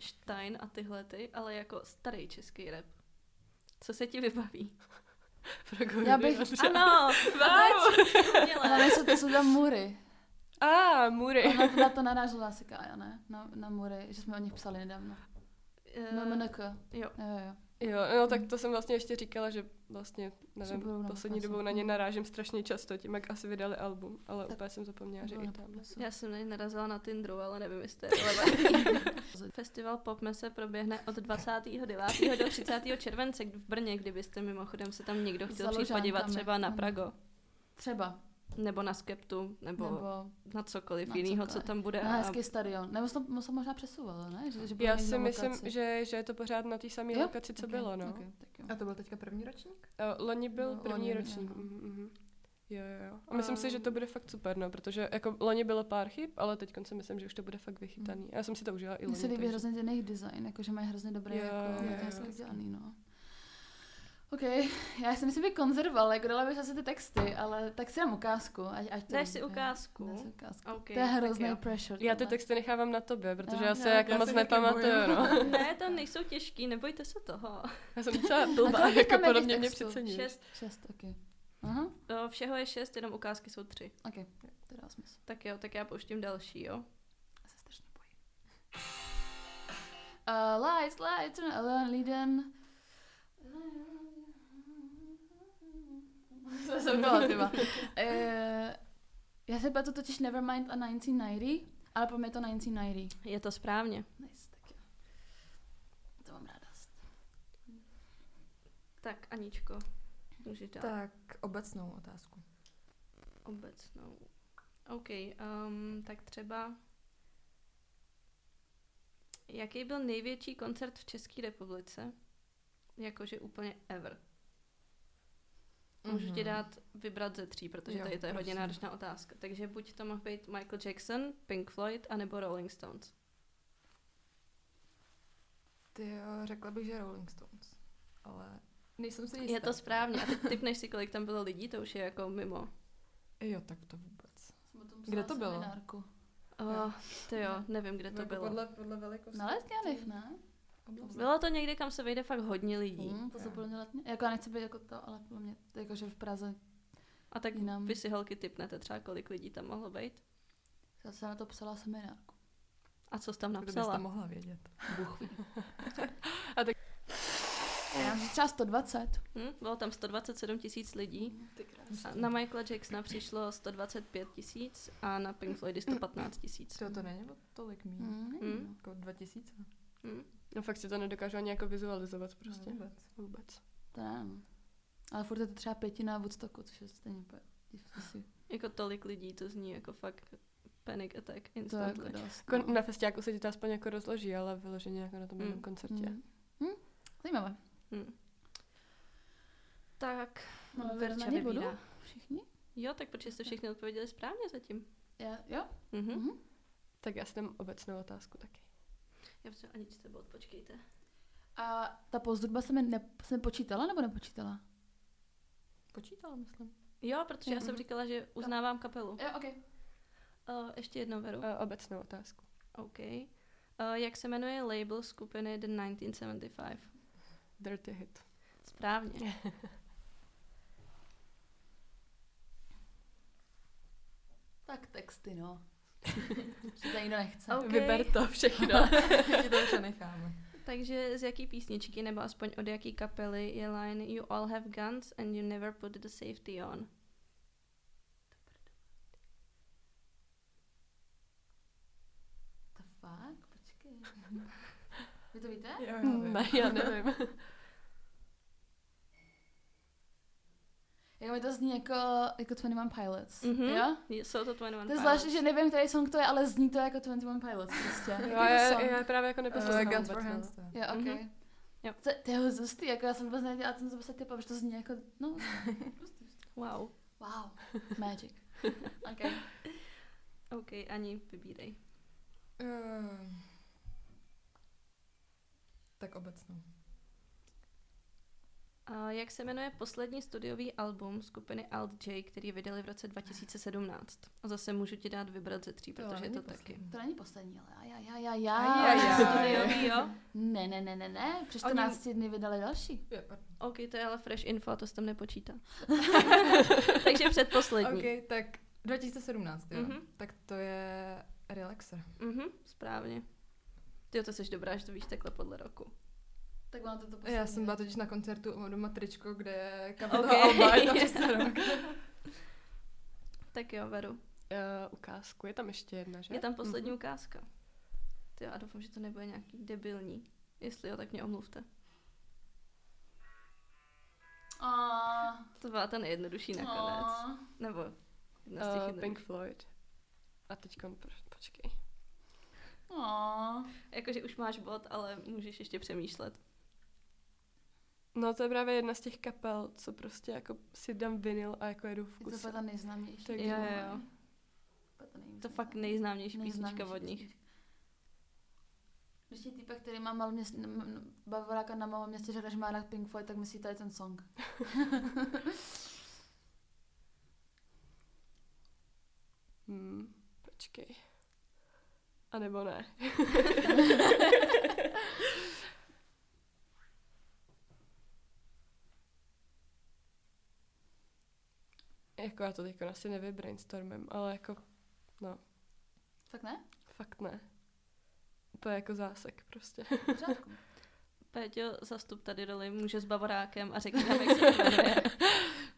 Speaker 4: Stein a tyhle ty, ale jako starý český rap. Co se ti vybaví?
Speaker 2: Progory,
Speaker 1: Já bych-
Speaker 4: Ano, wow.
Speaker 1: Ale ne, jsou to jsou tam mury.
Speaker 2: A, mury.
Speaker 1: Ona to, na to narážela asi Kája, ne? Na, na mury, že jsme o nich psali nedávno.
Speaker 2: Eh.
Speaker 1: MMNK. Jo,
Speaker 4: Eh, jo.
Speaker 1: jo, jo.
Speaker 2: Jo, no tak to jsem vlastně ještě říkala, že vlastně, nevím,
Speaker 1: budou na
Speaker 2: poslední
Speaker 1: popasu.
Speaker 2: dobou na ně narážím strašně často, tím jak asi vydali album, ale
Speaker 1: Tak.
Speaker 2: úplně jsem zapomněla, že
Speaker 1: Bylo
Speaker 2: i
Speaker 1: na
Speaker 2: tam.
Speaker 1: popisu.
Speaker 4: Já jsem na ně narazila na Tinderu, ale nevím, jestli to je relevantní. Festival Popme se proběhne od 29. do 30. července v Brně, kdybyste mimochodem se tam někdo chtěl přijít
Speaker 1: Založánkami,
Speaker 4: podívat třeba na
Speaker 1: ano.
Speaker 4: Prago,
Speaker 1: Třeba.
Speaker 4: nebo na Skeptu, nebo,
Speaker 1: Nebo
Speaker 4: nebo na cokoliv
Speaker 1: na
Speaker 4: jiného, co
Speaker 1: cokoliv. No,
Speaker 4: tam bude.
Speaker 1: na
Speaker 4: a-
Speaker 1: hezký stadion. Nebo se to se možná přesouvalo, ne? Že, že bylo
Speaker 2: Eh, Já
Speaker 1: někde
Speaker 2: si
Speaker 1: na
Speaker 2: myslím,
Speaker 1: lokaci.
Speaker 2: že, že je to pořád na té samé
Speaker 1: Jo,
Speaker 2: lokaci, co
Speaker 1: Ok,
Speaker 2: bylo, no.
Speaker 1: ok, tak jo.
Speaker 3: A to byl teďka první ročník?
Speaker 2: Eh, Loni byl
Speaker 1: No,
Speaker 2: první
Speaker 1: loni,
Speaker 2: ročník.
Speaker 1: ano.
Speaker 2: Mhm, mhm. Jo, jo, jo. A myslím si, že to
Speaker 4: Ehm.
Speaker 2: bude fakt super, no, protože jako loni bylo pár chyb, ale teď si myslím, že už to bude fakt vychytaný. Já jsem si to užila i
Speaker 1: Mhm. Mně
Speaker 2: loni.
Speaker 1: se líbí
Speaker 2: takže-
Speaker 1: hrozně ten jejich design, jakože mají hrozně dobré,
Speaker 2: Jo,
Speaker 1: jako,
Speaker 2: jo,
Speaker 1: mají to
Speaker 2: jo.
Speaker 1: hezky udělaný, no. OK, já jsem si by konzerval, jako dala bych asi ty texty, ale tak si dám ukázku. Ať, ať to
Speaker 4: Dáš si
Speaker 1: je.
Speaker 4: ukázku?
Speaker 1: Dám si ukázku.
Speaker 4: Ok,
Speaker 1: to je
Speaker 4: tak
Speaker 1: hrozný
Speaker 4: jo.
Speaker 1: pressure.
Speaker 2: Já ty
Speaker 1: tohle.
Speaker 2: texty nechávám na tobě, protože
Speaker 1: Jo,
Speaker 2: já se
Speaker 1: jo,
Speaker 2: jako
Speaker 3: já
Speaker 2: moc
Speaker 3: se taky
Speaker 2: nepamatuju,
Speaker 3: bojím.
Speaker 2: no.
Speaker 4: Ne, to nejsou těžký, nebojte se toho.
Speaker 2: Já jsem docela
Speaker 1: A
Speaker 2: blbá,
Speaker 1: kolik je
Speaker 2: jako
Speaker 1: tam jakých
Speaker 2: podobně mě
Speaker 1: textů?
Speaker 2: přecení.
Speaker 4: Šest,
Speaker 1: Šest, OK. Aha,
Speaker 4: o, všeho je šest, jenom ukázky jsou tři.
Speaker 1: OK, to dá smysl.
Speaker 4: Tak jo, tak já pouštím další, jo.
Speaker 1: Já se strašně bojím. Uh, lights, lights, turn alone, liden. Co jsem byla, tyba. Eh, já se pletu totiž Nevermind a 1990, ale pro mě je to 1990.
Speaker 4: Je to správně.
Speaker 1: Nice, tak jo. To mám ráda.
Speaker 4: Tak, Aničko, můžeš dál.
Speaker 3: Tak obecnou otázku.
Speaker 4: Obecnou. OK, um, tak třeba... Jaký byl největší koncert v České republice? Jakože úplně ever. Můžu ti
Speaker 3: Mhm.
Speaker 4: dát vybrat ze tří, protože
Speaker 3: Jo,
Speaker 4: tady to je hodně
Speaker 3: prosím.
Speaker 4: náročná otázka. Takže buď to mohl být Michael Jackson, Pink Floyd, anebo Rolling Stones.
Speaker 3: Ty jo, řekla bych, že Rolling Stones. Ale nejsem si jistá.
Speaker 4: Je to správně. A teď typneš si, kolik tam bylo lidí, to už je jako mimo.
Speaker 3: Jo, tak to vůbec. Kde to bylo?
Speaker 1: Seminárku.
Speaker 4: Oh, to jo, nevím, kde to
Speaker 3: Jako
Speaker 4: bylo.
Speaker 3: Podle, podle velikosti.
Speaker 1: Na letňanech, ne?
Speaker 3: oblasti.
Speaker 4: Bylo to někde, kam se vejde fakt hodně lidí.
Speaker 3: Mhm.
Speaker 1: Hmm, to jsou podle mě letně. Jako já nechci být jako to, ale podle mě, jakože v Praze,
Speaker 4: A tak
Speaker 1: Jinam.
Speaker 4: vy si holky typnete třeba, kolik lidí tam mohlo být.
Speaker 1: já jsem na to psala seminárku.
Speaker 4: A co jsi tam
Speaker 3: Kdo bys
Speaker 4: napsala?
Speaker 3: to Jako mohla vědět? Bůh ví.
Speaker 1: Já mám třeba 120.
Speaker 4: Hm? Bylo tam 127 tisíc lidí.
Speaker 3: Prostě.
Speaker 4: A na Michaela Jacksona přišlo 125 tisíc a na Pink Floydy 115 tisíc.
Speaker 3: To, to není tolik míň.
Speaker 1: Hmm.
Speaker 4: Mm.
Speaker 3: Jako 2000.
Speaker 4: Hm?
Speaker 2: No fakt si to nedokážu ani jako vizualizovat prostě.
Speaker 3: Prostě
Speaker 4: No,
Speaker 3: vůbec.
Speaker 2: Vůbec.
Speaker 1: To nevím. Ale furt je to třeba pětina Woodstocku, což je stejně úplně. asi-
Speaker 4: Jako tolik lidí, to zní jako fakt panic attack
Speaker 1: To je jako
Speaker 4: instantly.
Speaker 1: dost.
Speaker 2: Kon- na festiáku se ti to aspoň jako rozloží, ale vyloženě jako na tom
Speaker 4: Mm.
Speaker 2: jednom koncertě.
Speaker 1: Mm. Hm? Zajímavé.
Speaker 4: Hm. Tak,
Speaker 1: Máme
Speaker 4: Verča
Speaker 1: vyrovnaný bodu?
Speaker 4: vybírá.
Speaker 1: Všichni?
Speaker 4: Jo, tak protože jste všichni odpověděli správně zatím.
Speaker 1: Já, jo?
Speaker 4: Mhm.
Speaker 1: Mhm.
Speaker 2: Tak já si dám obecnou otázku taky.
Speaker 4: Já bych ani s tebou odpočkejte.
Speaker 1: A ta pozdruba se mi ne, se mi počítala nebo nepočítala?
Speaker 3: Počítala, myslím.
Speaker 4: Jo, protože já jsem
Speaker 2: Mhm.
Speaker 4: říkala, že uznávám kapelu.
Speaker 1: Jo, ok.
Speaker 4: Uh, ještě jednou veru.
Speaker 1: Eh.
Speaker 2: A Eh, obecnou otázku.
Speaker 4: OK. Uh, jak se jmenuje label skupiny The 1975?
Speaker 2: Dirty hit.
Speaker 4: Správně.
Speaker 1: Tak texty, no. Že to nikdo nechce.
Speaker 4: Ok.
Speaker 2: Vyber to všechno.
Speaker 3: Ti to přenecháme.
Speaker 4: Takže z jaký písničky nebo aspoň od jaký kapely je line You all have guns and you never put the safety on?
Speaker 1: To fakt? Počkej. Vy to víte?
Speaker 3: Jo,
Speaker 2: ne, já nevím.
Speaker 1: Já Jako mi to zní jako, jako 21 Pilots,
Speaker 4: Mhm.
Speaker 1: jo?
Speaker 4: Jsou to 21
Speaker 1: To je
Speaker 4: Pilots.
Speaker 1: zvláštní, že nevím, který song to je, ale zní to jako 21 Pilots prostě.
Speaker 2: Jo,
Speaker 1: Jako
Speaker 2: já,
Speaker 1: song.
Speaker 2: já právě
Speaker 4: Eh,
Speaker 2: jako
Speaker 3: Uh,
Speaker 2: neposlouchám
Speaker 3: Guns for
Speaker 2: vůbec, no.
Speaker 3: Hands.
Speaker 1: Jo, ok.
Speaker 4: Mhm. Jo.
Speaker 1: To, to je hustý, jako já jsem vůbec nevěděla, co jsem se prostě typa, protože to zní jako, no,
Speaker 4: Wow.
Speaker 1: wow, magic. Ok.
Speaker 4: OK, ani vybírej.
Speaker 3: Eh, Tak obecnou.
Speaker 4: A jak se jmenuje poslední studiový album skupiny Alt J, který vydali v roce 2017? A zase můžu ti dát vybrat ze tří,
Speaker 3: To
Speaker 4: protože je
Speaker 3: není
Speaker 4: to taky.
Speaker 3: poslední.
Speaker 1: To není poslední, ale já, já, já,
Speaker 3: Ajaj.
Speaker 1: já.
Speaker 4: Studiový, jo?
Speaker 1: Ne, ne, ne, ne, ne, přes
Speaker 4: Oni-
Speaker 1: 14 dny vydali další.
Speaker 3: Je, pardon.
Speaker 4: OK, to je ale fresh info a to se tam nepočítá. Takže předposlední. Okay.
Speaker 3: Ok, tak 2017, jo.
Speaker 4: Mhm.
Speaker 3: Tak to je Relaxer.
Speaker 4: Mhm, správně. Ty to jsi dobrá, že to víš takhle podle roku.
Speaker 1: Tak ono to to poslední.
Speaker 3: Já jsem byla totiž na koncertu a mám doma tričko, kde je kapela
Speaker 4: Okay.
Speaker 3: okay. Alba, je to přesně rok.
Speaker 4: Tak jo, Veru.
Speaker 2: Eh, ukázku, je tam ještě jedna, že? Hm.
Speaker 4: Je tam poslední
Speaker 3: Mhm.
Speaker 4: ukázka. Ty jo, a doufám, že to nebude nějaký debilní. Jestli jo, tak mě omluvte.
Speaker 1: A-
Speaker 4: To byla ta nejjednoduchý nakonec.
Speaker 3: No.
Speaker 1: a-
Speaker 4: Nebo jedna z těch
Speaker 2: Uh,
Speaker 4: jednoduchých.
Speaker 2: Pink Floyd. A teď počkej.
Speaker 1: a-
Speaker 4: Jakože už máš bod, ale můžeš ještě přemýšlet.
Speaker 2: No to je právě jedna z těch kapel, co prostě jako si dám vinyl a jako jedu v
Speaker 1: Je to
Speaker 2: kuse.
Speaker 1: fakt ta nejznámější.
Speaker 2: Tak
Speaker 4: Jo, jo, jo.
Speaker 1: Úplně ta
Speaker 4: To
Speaker 1: nejznámější.
Speaker 4: fakt nejznámější
Speaker 1: Nejznámější
Speaker 4: písnička od nich.
Speaker 1: písnička. Když je týpek, který má malou měst, m- m- bavoráka na malém městě, že když má rád Pink Floyd, tak myslí tady ten song.
Speaker 2: Hmm, počkej. A nebo ne. jako já to teď asi nevybrainstormím, ale jako
Speaker 1: Fakt ne?
Speaker 2: fakt ne. To je jako zásek prostě.
Speaker 1: V pořádku.
Speaker 4: Péťo, zastup tady roli muže s bavorákem a řekni nám, jak se to jmenuje.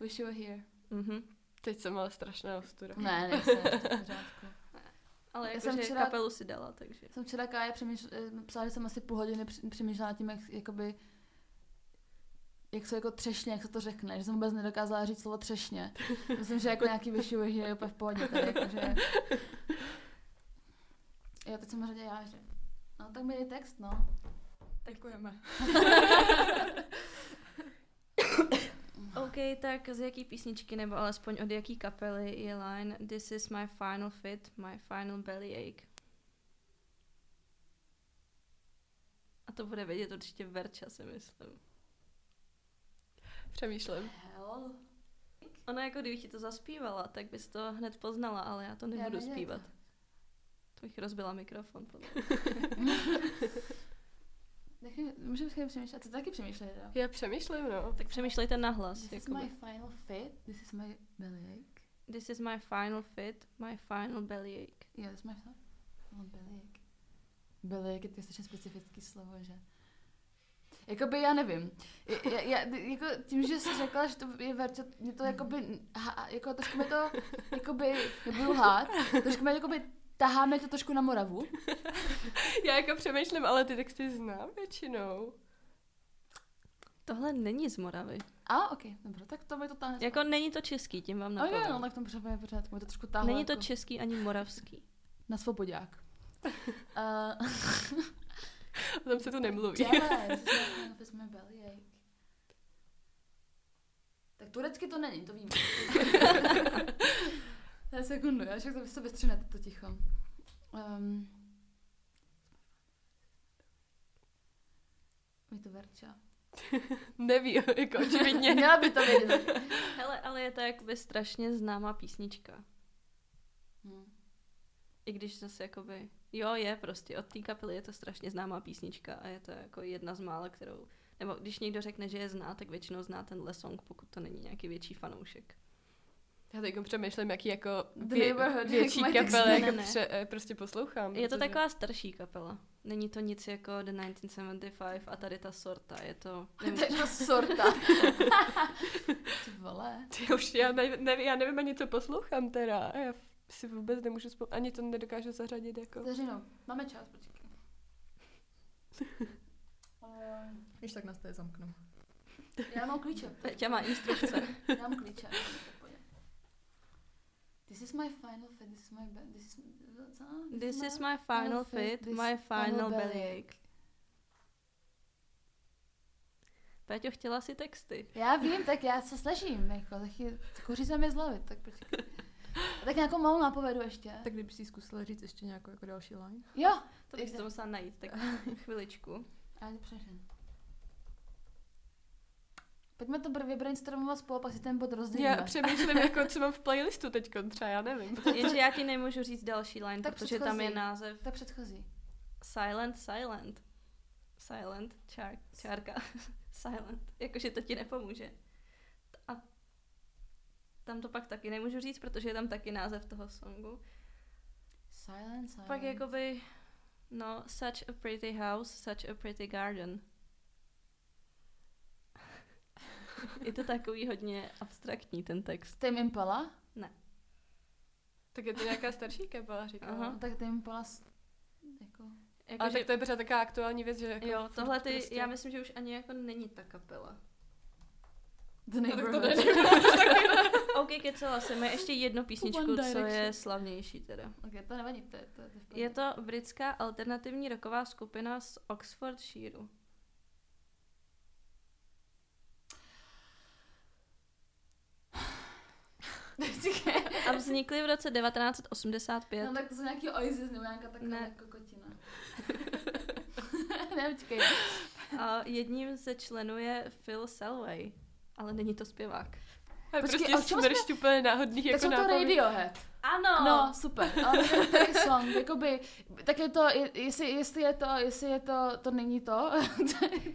Speaker 1: Wish you were here.
Speaker 4: Mhm.
Speaker 2: Teď jsem ale strašná ostura.
Speaker 1: Ne, nejsem, v pořádku.
Speaker 4: Ale
Speaker 1: Já
Speaker 4: jakože
Speaker 1: jsem včera-
Speaker 4: kapelu si dala, takže.
Speaker 1: Jsem včera Kája přemýšl- eh, psala, že jsem asi půl hodiny při- přemýšlela nad tím, jak, jakoby, jak se jako třešně, jak se to řekne, že jsem vůbec nedokázala říct slovo třešně. Myslím, že jako nějaký vyšší je úplně v pohodě tady, jakože... Jo, teď jsem na řadě já, že... No, tak mi dej text, no.
Speaker 3: Děkujeme.
Speaker 4: OK, tak z jaký písničky nebo alespoň od jaký kapely je line This is my final fit, my final bellyache. A to bude vědět určitě Verča, si myslím.
Speaker 2: Přemýšlím.
Speaker 1: Hell.
Speaker 4: Ona jako kdyby ti to zaspívala, tak bys to hned poznala, ale já to
Speaker 1: Já
Speaker 4: nebudu
Speaker 1: nevím.
Speaker 4: zpívat. To bych rozbila mikrofon. Podle. mě.
Speaker 1: Nechci, můžeme chvíli přemýšlet. Ty taky přemýšlej, jo?
Speaker 2: Já přemýšlím, no.
Speaker 4: Tak přemýšlejte nahlas.
Speaker 1: This is
Speaker 4: jakoby.
Speaker 1: my final fit, this is my bellyache.
Speaker 4: This is my final fit, my final bellyache.
Speaker 1: Jo, to jsme psali. No, bylik. Bylik je to strašně specifický slovo, že? Jakoby já nevím. Je- Já, já, jako tím, že jsi řekla, že to je verče, mě to jakoby, ha, jako trošku mi to, jakoby, nebudu hát, trošku mi jakoby taháme to trošku na Moravu.
Speaker 2: Já jako přemýšlím, ale ty texty znám většinou.
Speaker 4: Tohle není z Moravy.
Speaker 1: A, ok, dobře, tak to mi to táhne.
Speaker 4: Jako není to český, tím vám
Speaker 1: no, jo, no,
Speaker 4: napadlo.
Speaker 1: tak to potřebujeme pořád, mi to trošku táhlo.
Speaker 4: Není to
Speaker 1: jako
Speaker 4: český ani moravský.
Speaker 1: Na svobodák. uh,
Speaker 2: O tom se tu nemluví.
Speaker 1: Dělej, jsi jsme na office my bellyache. Tak turecky to není, to víme. Já sekundu, já však to se vystřinete to ticho. Um, mi to verča.
Speaker 2: Neví, jako očividně.
Speaker 1: Měla by to vědět.
Speaker 4: Hele, ale je to jakoby strašně známá písnička.
Speaker 1: Hm.
Speaker 4: I když zase jakoby... Jo, je prostě, od té kapely je to strašně známá písnička a je to jako jedna z mála, kterou... Nebo když někdo řekne, že je zná, tak většinou zná tenhle song, pokud to není nějaký větší fanoušek.
Speaker 2: Já teď přemýšlím, jaký jako
Speaker 1: The
Speaker 2: vě-
Speaker 1: Neighborhood,
Speaker 2: větší
Speaker 1: jak mají
Speaker 2: kapely
Speaker 4: texty.
Speaker 2: jako
Speaker 4: Ne, ne.
Speaker 2: pře, eh, prostě poslouchám.
Speaker 4: Je to
Speaker 2: protože-
Speaker 4: taková starší kapela. Není to nic jako The 1975 a tady ta sorta. Je to...
Speaker 1: To je to sorta. Ty vole.
Speaker 2: Ty už já, ne, ne, já nevím ani, co poslouchám teda. Já si vůbec nemůžu spolu, ani to nedokážu zařadit jako.
Speaker 1: Vteřinu, máme čas, počkej. Ehm,
Speaker 3: Když tak nás tady zamknu.
Speaker 1: Eh, Já mám klíče.
Speaker 4: Peťa má instrukce.
Speaker 1: Já mám klíče. tak pojď. This is my final fit, this is my be- this is, co?
Speaker 4: This is my final fit,
Speaker 1: this
Speaker 4: my final
Speaker 1: bellyache.
Speaker 4: bellyache. Péťo, chtěla si texty.
Speaker 1: Já vím, tak já se snažím, jako, taky koří se mi z hlavy, tak počkej. Tak nějakou malou nápovedu ještě.
Speaker 3: Tak kdyby si zkusila říct ještě nějakou jako další line.
Speaker 1: Jo,
Speaker 4: To bych si to musela najít, tak chviličku.
Speaker 1: já to přešen. Pojďme to br- vybrainstormovat spolu, pak si ten bod rozdělíme.
Speaker 2: Já přemýšlím, jako, co mám v playlistu teď, třeba, já nevím.
Speaker 4: Jenže já ti nemůžu říct další line,
Speaker 1: Tak
Speaker 4: protože tam je
Speaker 1: předchozí.
Speaker 4: název
Speaker 1: Tak předchozí.
Speaker 4: Silent, silent. Silent, čár, čárka. silent. Jakože to ti nepomůže. A tam to pak taky nemůžu říct, protože je tam taky název toho songu.
Speaker 1: Silence, silence.
Speaker 4: Pak
Speaker 2: jako-
Speaker 4: jakoby, no, such a pretty house, such a pretty garden. je to takový hodně abstraktní ten text.
Speaker 1: Tame Impala?
Speaker 2: Tak je to nějaká starší kapela,
Speaker 4: Aha.
Speaker 2: říkám.
Speaker 1: No, tak Tame Impala s- jako...
Speaker 4: Jako,
Speaker 2: A tak to je pořád taková aktuální věc, že jako
Speaker 4: jo,
Speaker 2: furt
Speaker 4: tohle ty,
Speaker 2: prostě-
Speaker 4: já myslím, že už ani jako není ta kapela. Jako
Speaker 1: The
Speaker 2: No, tak to
Speaker 1: Neighborhood.
Speaker 4: OK, kecela jsem, je ještě jednu písničku,
Speaker 1: One
Speaker 4: co je
Speaker 1: Direction.
Speaker 4: slavnější teda.
Speaker 1: Ok, to nevadí, to je, to je, to je v pohodě.
Speaker 4: Je to britská alternativní roková skupina z Oxfordshireu. A vznikly v roce 1985.
Speaker 1: No tak to jsou nějaký Oasis nebo nějaká taková
Speaker 4: Ne.
Speaker 1: ne. kokotina. ne, počkej.
Speaker 4: A jedním ze členů je Phil Selway, ale není to zpěvák.
Speaker 2: A
Speaker 1: Počkej,
Speaker 2: prostě
Speaker 1: a o čem jsme-
Speaker 2: smršť úplně náhodných
Speaker 1: tak
Speaker 2: jako
Speaker 1: jsou to
Speaker 2: nápadů.
Speaker 1: Radiohead.
Speaker 4: Ano!
Speaker 1: No, super. Ale to je- to je song, jakoby, tak je to, je- jestli, jestli je to, jestli je to, to není to,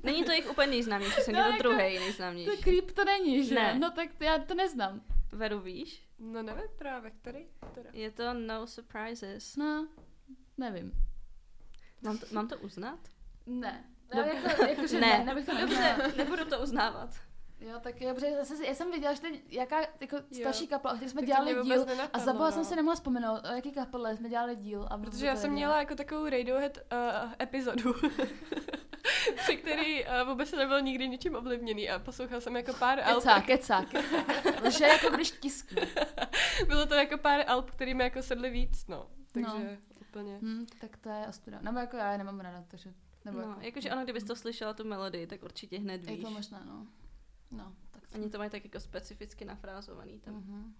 Speaker 4: Není to jejich úplně nejznámější, jsem no,
Speaker 1: No,
Speaker 4: to
Speaker 1: jako-
Speaker 4: druhý
Speaker 1: to
Speaker 4: nejznámější.
Speaker 1: creep to není, že?
Speaker 4: Ne.
Speaker 1: No tak to, já to neznám.
Speaker 4: Veru, víš?
Speaker 2: No nevím právě, který? Teda.
Speaker 4: Je to No Surprises.
Speaker 1: No, nevím.
Speaker 4: Mám to, mám to uznat?
Speaker 1: Ne.
Speaker 4: No,
Speaker 1: No, jako, jakože ne. ne, nebych to neuznala.
Speaker 4: Dobře, nebudu to uznávat.
Speaker 1: Jo, tak je, protože zase, já jsem viděla, že teď jaká jako starší kapela, o které jsme
Speaker 2: Tak to mě
Speaker 1: dělali
Speaker 2: vůbec
Speaker 1: díl, a
Speaker 2: nenapadlo,
Speaker 1: zabala
Speaker 2: no.
Speaker 1: jsem se nemohla vzpomenout, o jaký kapele jsme dělali díl. A
Speaker 2: Protože já jsem měla jako takovou Radiohead uh, epizodu, při který uh, vůbec jsem nebyl nikdy ničím ovlivněný a poslouchal jsem jako pár alb.
Speaker 1: Kecá, kecá, kecá. Lže jako když tiskne.
Speaker 2: Bylo to jako pár alb, který mi jako sedly víc, no. Takže
Speaker 1: No.
Speaker 2: úplně.
Speaker 1: Hm, tak to je ostuda. Nebo jako já je nemám ráda, takže... Nebo jako-
Speaker 4: No, jakože ono, kdybys to slyšela, tu melodii, tak určitě hned
Speaker 1: Je
Speaker 4: víš.
Speaker 1: to možná, no. No, tak
Speaker 4: Oni to mají tak jako specificky nafrázovaný tam. Mm.
Speaker 1: Mhm.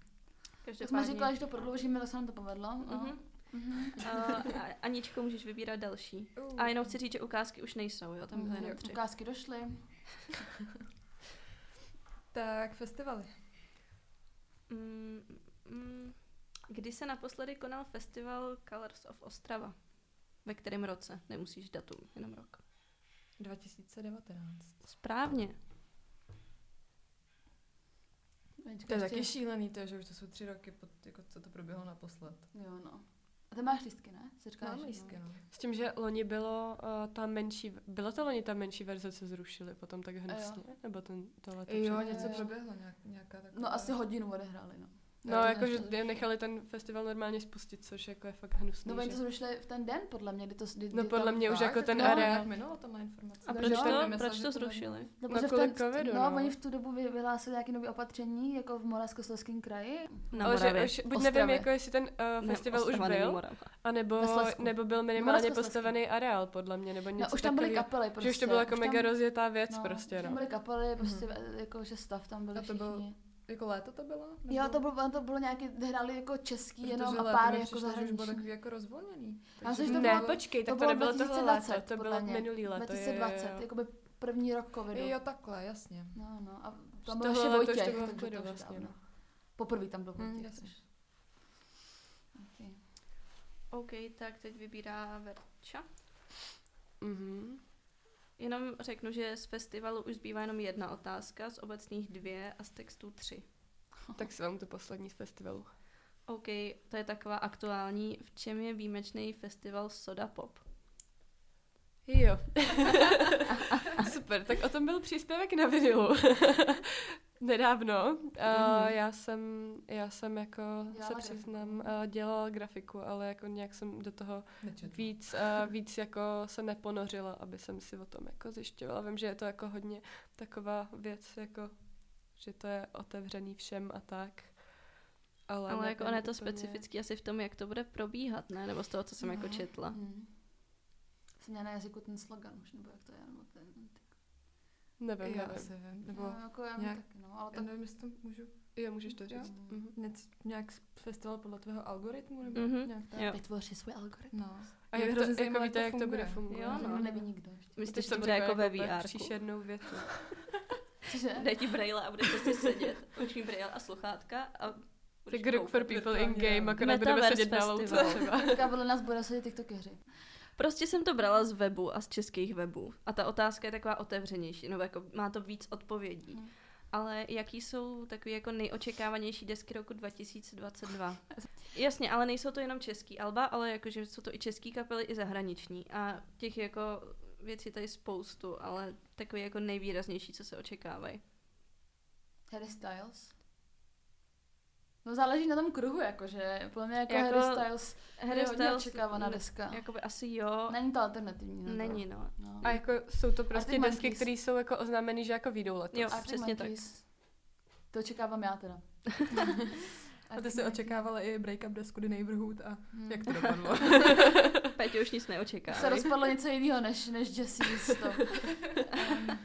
Speaker 1: Tak jsme
Speaker 4: Každopádně.
Speaker 1: říkali, že to prodloužíme, tak se nám to povedlo. No.
Speaker 4: Mhm.
Speaker 1: Mhm.
Speaker 4: Uh, a- Aničko, můžeš vybírat další.
Speaker 2: Uh.
Speaker 4: A jenom chci říct, že ukázky už nejsou, jo, tam byly
Speaker 1: Mhm.
Speaker 4: jenom tři.
Speaker 1: Ukázky došly.
Speaker 3: Tak festivaly.
Speaker 4: Mm, mm. Kdy se naposledy konal festival Colors of Ostrava? Ve kterém roce? Nemusíš datum, jenom rok.
Speaker 3: 2019.
Speaker 4: Správně.
Speaker 1: Anička,
Speaker 3: To je
Speaker 1: ještě-
Speaker 3: taky šílený, to, že už to jsou tři roky, pod, jako, co to proběhlo naposled.
Speaker 1: Jo, no. A ty máš lístky, ne? Jsi říkala,
Speaker 3: Mám
Speaker 1: že-
Speaker 3: lístky, no.
Speaker 2: S tím, že loni bylo uh, ta menší, byla to loni ta menší verze, co zrušili potom tak hnusně? Nebo ten, to leto
Speaker 3: Jo,
Speaker 2: předtím?
Speaker 3: něco
Speaker 1: jo.
Speaker 3: proběhlo, nějak, nějaká taková...
Speaker 1: No asi hodinu odehráli, no.
Speaker 2: No,
Speaker 1: Jo,
Speaker 2: jakože
Speaker 1: to-
Speaker 2: nechali ten festival normálně spustit, což jako je fakt hnusný.
Speaker 1: No oni
Speaker 2: že-
Speaker 1: to zrušili v ten den, podle mě, kdy to... Kdy,
Speaker 2: No
Speaker 1: kdy
Speaker 2: podle
Speaker 1: tam-
Speaker 2: mě už
Speaker 3: Fakt?
Speaker 2: jako
Speaker 3: Tak
Speaker 2: ten
Speaker 3: to
Speaker 1: no.
Speaker 3: mě
Speaker 2: areál.
Speaker 3: nějak minula tahle informace.
Speaker 4: A
Speaker 3: No,
Speaker 4: proč
Speaker 3: že jsem
Speaker 4: to,
Speaker 3: myslela,
Speaker 4: proč
Speaker 3: že
Speaker 4: to
Speaker 3: bylo-
Speaker 4: zrušili?
Speaker 1: No,
Speaker 2: No,
Speaker 1: protože
Speaker 2: kvůli
Speaker 1: v ten,
Speaker 2: covidu,
Speaker 1: no,
Speaker 2: no.
Speaker 1: oni v tu dobu vy- vyhlásili nějaké nové opatření, jako v Moravskoslezském kraji.
Speaker 4: Na
Speaker 2: Ale že
Speaker 4: Moravě.
Speaker 2: už, buď
Speaker 1: Ostravě.
Speaker 2: nevím, jako jestli ten uh,
Speaker 4: Ne,
Speaker 2: festival už
Speaker 4: Ostrava není
Speaker 2: byl,
Speaker 4: Morava.
Speaker 2: anebo,
Speaker 1: Ve Slezsku.
Speaker 2: nebo byl
Speaker 1: Moravskoslezský.
Speaker 2: minimálně postavený areál, podle mě, nebo něco
Speaker 1: no, už tam byly
Speaker 2: takovýho.
Speaker 1: kapely, prostě.
Speaker 2: Že už to byla jako
Speaker 1: tam-
Speaker 2: mega rozjetá věc
Speaker 1: už
Speaker 2: prostě,
Speaker 1: tam
Speaker 2: no.
Speaker 1: byly kapely, prostě, mm jako, že stav tam byl
Speaker 3: A to
Speaker 1: všichni.
Speaker 3: bylo- Jako léto to bylo?
Speaker 1: Jo, to bylo, to bylo nějaký, hráli jako český
Speaker 3: Protože
Speaker 1: jenom a
Speaker 3: léto
Speaker 1: pár
Speaker 3: mi
Speaker 1: jako
Speaker 3: přišlo, že už bylo
Speaker 1: zahraniční.
Speaker 3: takový jako rozvolněný.
Speaker 1: Já myslím, že to
Speaker 2: Ne,
Speaker 1: bylo-
Speaker 2: počkej, tak
Speaker 1: to
Speaker 2: to
Speaker 1: bylo
Speaker 2: nebylo tohle léto,
Speaker 1: 2020,
Speaker 2: to bylo
Speaker 1: podle mě. jako-
Speaker 2: minulý léto.
Speaker 1: 2020,
Speaker 2: jo, jo, jo.
Speaker 1: jakoby první rok covidu.
Speaker 3: Jo, takhle, jasně.
Speaker 1: No, no, a
Speaker 2: Že
Speaker 1: tam byl ještě
Speaker 2: tohle léto už
Speaker 1: Vojtěch,
Speaker 2: to bylo v
Speaker 1: takže
Speaker 2: klidu
Speaker 1: už
Speaker 2: vlastně,
Speaker 1: dávno.
Speaker 2: no. Mhm,
Speaker 1: Poprvé tam byl
Speaker 3: Mm,
Speaker 1: Vojtěch.
Speaker 3: jasně.
Speaker 1: takže- Ok.
Speaker 4: OK, tak teď vybírá Verča.
Speaker 2: Mhm.
Speaker 4: Jenom řeknu, že z festivalu už zbývá jenom jedna otázka, z obecných dvě a z textů tři.
Speaker 2: Tak si vám tu poslední z festivalu.
Speaker 4: OK, to je taková aktuální. V čem je výjimečný festival Soda Pop?
Speaker 2: Jo. Super, tak o tom byl příspěvek na vinilu. Nedávno. Uh,
Speaker 1: Mhm.
Speaker 2: já jsem, já jsem jako,
Speaker 1: Dělala
Speaker 2: se
Speaker 1: grafiku.
Speaker 2: přiznám, uh, dělala grafiku, ale jako nějak jsem do toho
Speaker 3: Nečetla.
Speaker 2: víc, uh, víc jako se neponořila, aby jsem si o tom jako zjišťovala. Vím, že je to jako hodně taková věc, jako, že to je otevřený všem a tak. Ale,
Speaker 4: Ale jako
Speaker 2: nevím
Speaker 4: ono je to
Speaker 2: úplně.
Speaker 4: specifický asi v tom, jak to bude probíhat, ne? Nebo z toho, co jsem jako
Speaker 1: No.
Speaker 4: četla.
Speaker 1: Mm. Jsem měla na jazyku ten slogan už, nebo jak to je, nebo ten, ten
Speaker 2: Nevím,
Speaker 3: Já
Speaker 2: nevím.
Speaker 3: asi
Speaker 1: nebo
Speaker 3: vím, nebo
Speaker 1: no, jako já
Speaker 3: nějak-
Speaker 1: nějak... taky, no, ale
Speaker 3: já
Speaker 1: tak...
Speaker 3: nevím, jestli to můžu
Speaker 2: Jo, můžeš to říct.
Speaker 1: Jo.
Speaker 2: Mhm.
Speaker 3: něco, nějak festival podle tvého algoritmu, nebo
Speaker 4: Mhm,
Speaker 3: nějak tak.
Speaker 4: Jo.
Speaker 1: Vytvoři svůj algoritm.
Speaker 3: No.
Speaker 2: A
Speaker 3: Mě
Speaker 2: jak
Speaker 3: hrozně
Speaker 2: to, jako
Speaker 3: zajímalo,
Speaker 2: víte, jak to bude
Speaker 3: funguje.
Speaker 4: Jo,
Speaker 2: fungovat?
Speaker 4: no.
Speaker 1: To neví nikdo ještě.
Speaker 4: Myslíš,
Speaker 2: Teď
Speaker 4: že
Speaker 2: jsem
Speaker 4: to bude
Speaker 2: řekla
Speaker 4: jako ve
Speaker 2: úplně
Speaker 4: VR.
Speaker 2: Příšernou větu.
Speaker 1: Cože?
Speaker 4: Dej ti brejle a budeš prostě sedět. Oční brejle a sluchátka a
Speaker 2: The
Speaker 4: budeš
Speaker 2: group for
Speaker 4: koukat.
Speaker 2: people in
Speaker 3: virtuální
Speaker 2: game,
Speaker 3: reality.
Speaker 4: jako
Speaker 2: akorát budeme
Speaker 4: Metaverse
Speaker 2: sedět na louce
Speaker 4: festival.
Speaker 2: třeba.
Speaker 1: Teďka podle nás bude sedět tiktokeři.
Speaker 4: Prostě jsem to brala z webu a z českých webů. A ta otázka je taková otevřenější, nebo jako má to víc odpovědí.
Speaker 1: Mm.
Speaker 4: Ale jaký jsou takový jako nejočekávanější desky roku 2022? Jasně, ale nejsou to jenom český alba, ale jakože jsou to i český kapely, i zahraniční. A těch jako věcí tady spoustu, ale takový jako nejvýraznější, co se očekávají.
Speaker 1: Harry Styles. No záleží na tom kruhu, jakože. Podle mě jako,
Speaker 4: Jako
Speaker 1: Harry Styles
Speaker 4: Harry
Speaker 1: je hodně
Speaker 4: Styles-
Speaker 1: očekávaná
Speaker 4: n-
Speaker 1: deska.
Speaker 4: Jakoby asi jo,
Speaker 1: Není to alternativní. nebo-
Speaker 4: No. není no.
Speaker 1: No.
Speaker 2: A jako jsou to
Speaker 1: ty
Speaker 2: prostě desky,
Speaker 1: monkeys.
Speaker 2: které jsou jako oznámeny, že jako vyjdou letos.
Speaker 4: Jo.
Speaker 1: Arctic
Speaker 4: přesně tak.
Speaker 1: Monkeys. To očekávám já teda.
Speaker 3: A ty jsi očekávala i break-up desku The Neighborhood a
Speaker 4: jako-
Speaker 1: Hmm.
Speaker 3: jak to dopadlo?
Speaker 4: Peťo už nic
Speaker 1: To se
Speaker 4: neočekává.
Speaker 1: rozpadlo něco jiného než, než Jesse's to. Em,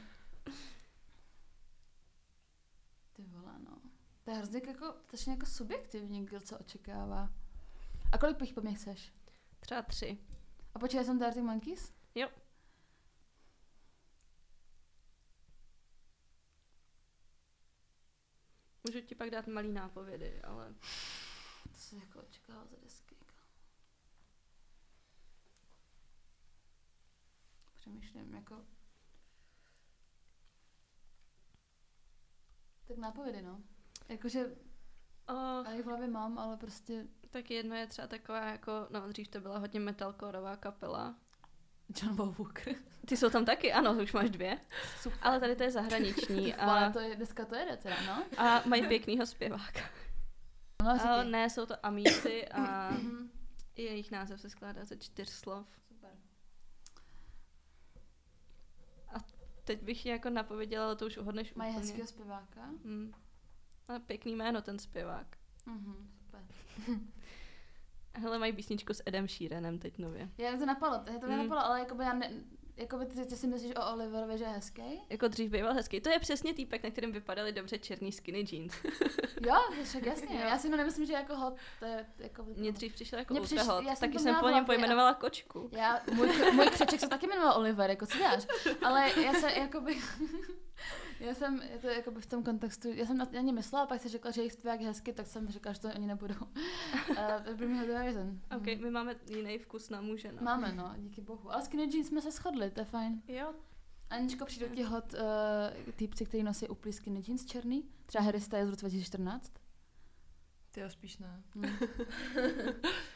Speaker 1: Ty vole, no. To je hrozně jako, strašně jako subjektivní, kdo co očekává. A kolik pich po mně chceš?
Speaker 4: Třeba tři.
Speaker 1: A počítaj jsem Dirty Monkeys?
Speaker 4: Jo. Můžu ti pak dát malý nápovědy, ale
Speaker 1: To se jako očekává za desky. jako. Přemýšlím, jako... Tak nápovědy, no. Jakože,
Speaker 4: oh,
Speaker 1: já jich v hlavě mám, ale prostě
Speaker 4: tak jedno je třeba taková jako, no dřív to byla hodně metalcoreová kapela.
Speaker 1: John Paul Walker.
Speaker 4: Ty jsou tam taky, ano, to už máš dvě.
Speaker 1: Super.
Speaker 4: Ale tady to je zahraniční
Speaker 1: Ale
Speaker 4: a,
Speaker 1: to je, dneska to jede teda, no.
Speaker 4: a mají pěknýho zpěváka.
Speaker 1: No, Mhm.
Speaker 4: Ale
Speaker 1: ale
Speaker 4: ne, jsou to Amíci a jejich název se skládá ze čtyř slov.
Speaker 1: Super.
Speaker 4: Teď bych ji jako napověděla, ale to už uhodneš
Speaker 1: Mají
Speaker 4: úplně.
Speaker 1: hezkého zpěváka.
Speaker 4: Hmm. A pěkný jméno ten zpěvák.
Speaker 1: Mhm, super.
Speaker 4: Hele, mají písničku s Edem Sheeranem teď nově.
Speaker 1: Já mi to napadlo, to, to mě
Speaker 4: Mm.
Speaker 1: napadlo, ale jakoby já ne, jakoby ty, ty si myslíš o Oliverovi, že je hezký?
Speaker 4: Jako dřív býval hezký. To je přesně týpek, na kterém vypadaly dobře černý skinny jeans.
Speaker 1: Jo, však jasně. já si no nemyslím, že je jako hot, to je jako...
Speaker 4: Mně dřív přišel jako
Speaker 1: Mně
Speaker 4: ultra
Speaker 1: přišel-
Speaker 4: hot.
Speaker 1: já jsem
Speaker 4: Taky
Speaker 1: to
Speaker 4: jsem
Speaker 1: měla
Speaker 4: po
Speaker 1: v
Speaker 4: něm
Speaker 1: hlavě a-
Speaker 4: pojmenovala kočku.
Speaker 1: Já, můj, můj křeček se taky jmenoval Oliver, jako co děláš? Ale já jsem jakoby... Já jsem je to jakoby v tom kontextu, já jsem na, na ně myslela, pak si řekla, že jejich zpěvák je hezky, tak jsem řekla, že to ani nebudou. Uh, to byl mi horizon.
Speaker 4: Ok, my máme jiný vkus na muže, no.
Speaker 1: Máme, no, díky bohu. Ale skinny jeans jsme se shodli, to je fajn.
Speaker 4: Jo,
Speaker 1: Aničko, přijdou ti hot uh, týpci, který nosí uplý skinny jeans černý? Třeba Harry Styles z roku 2014?
Speaker 3: Ty jo, spíš ne.
Speaker 1: Hm.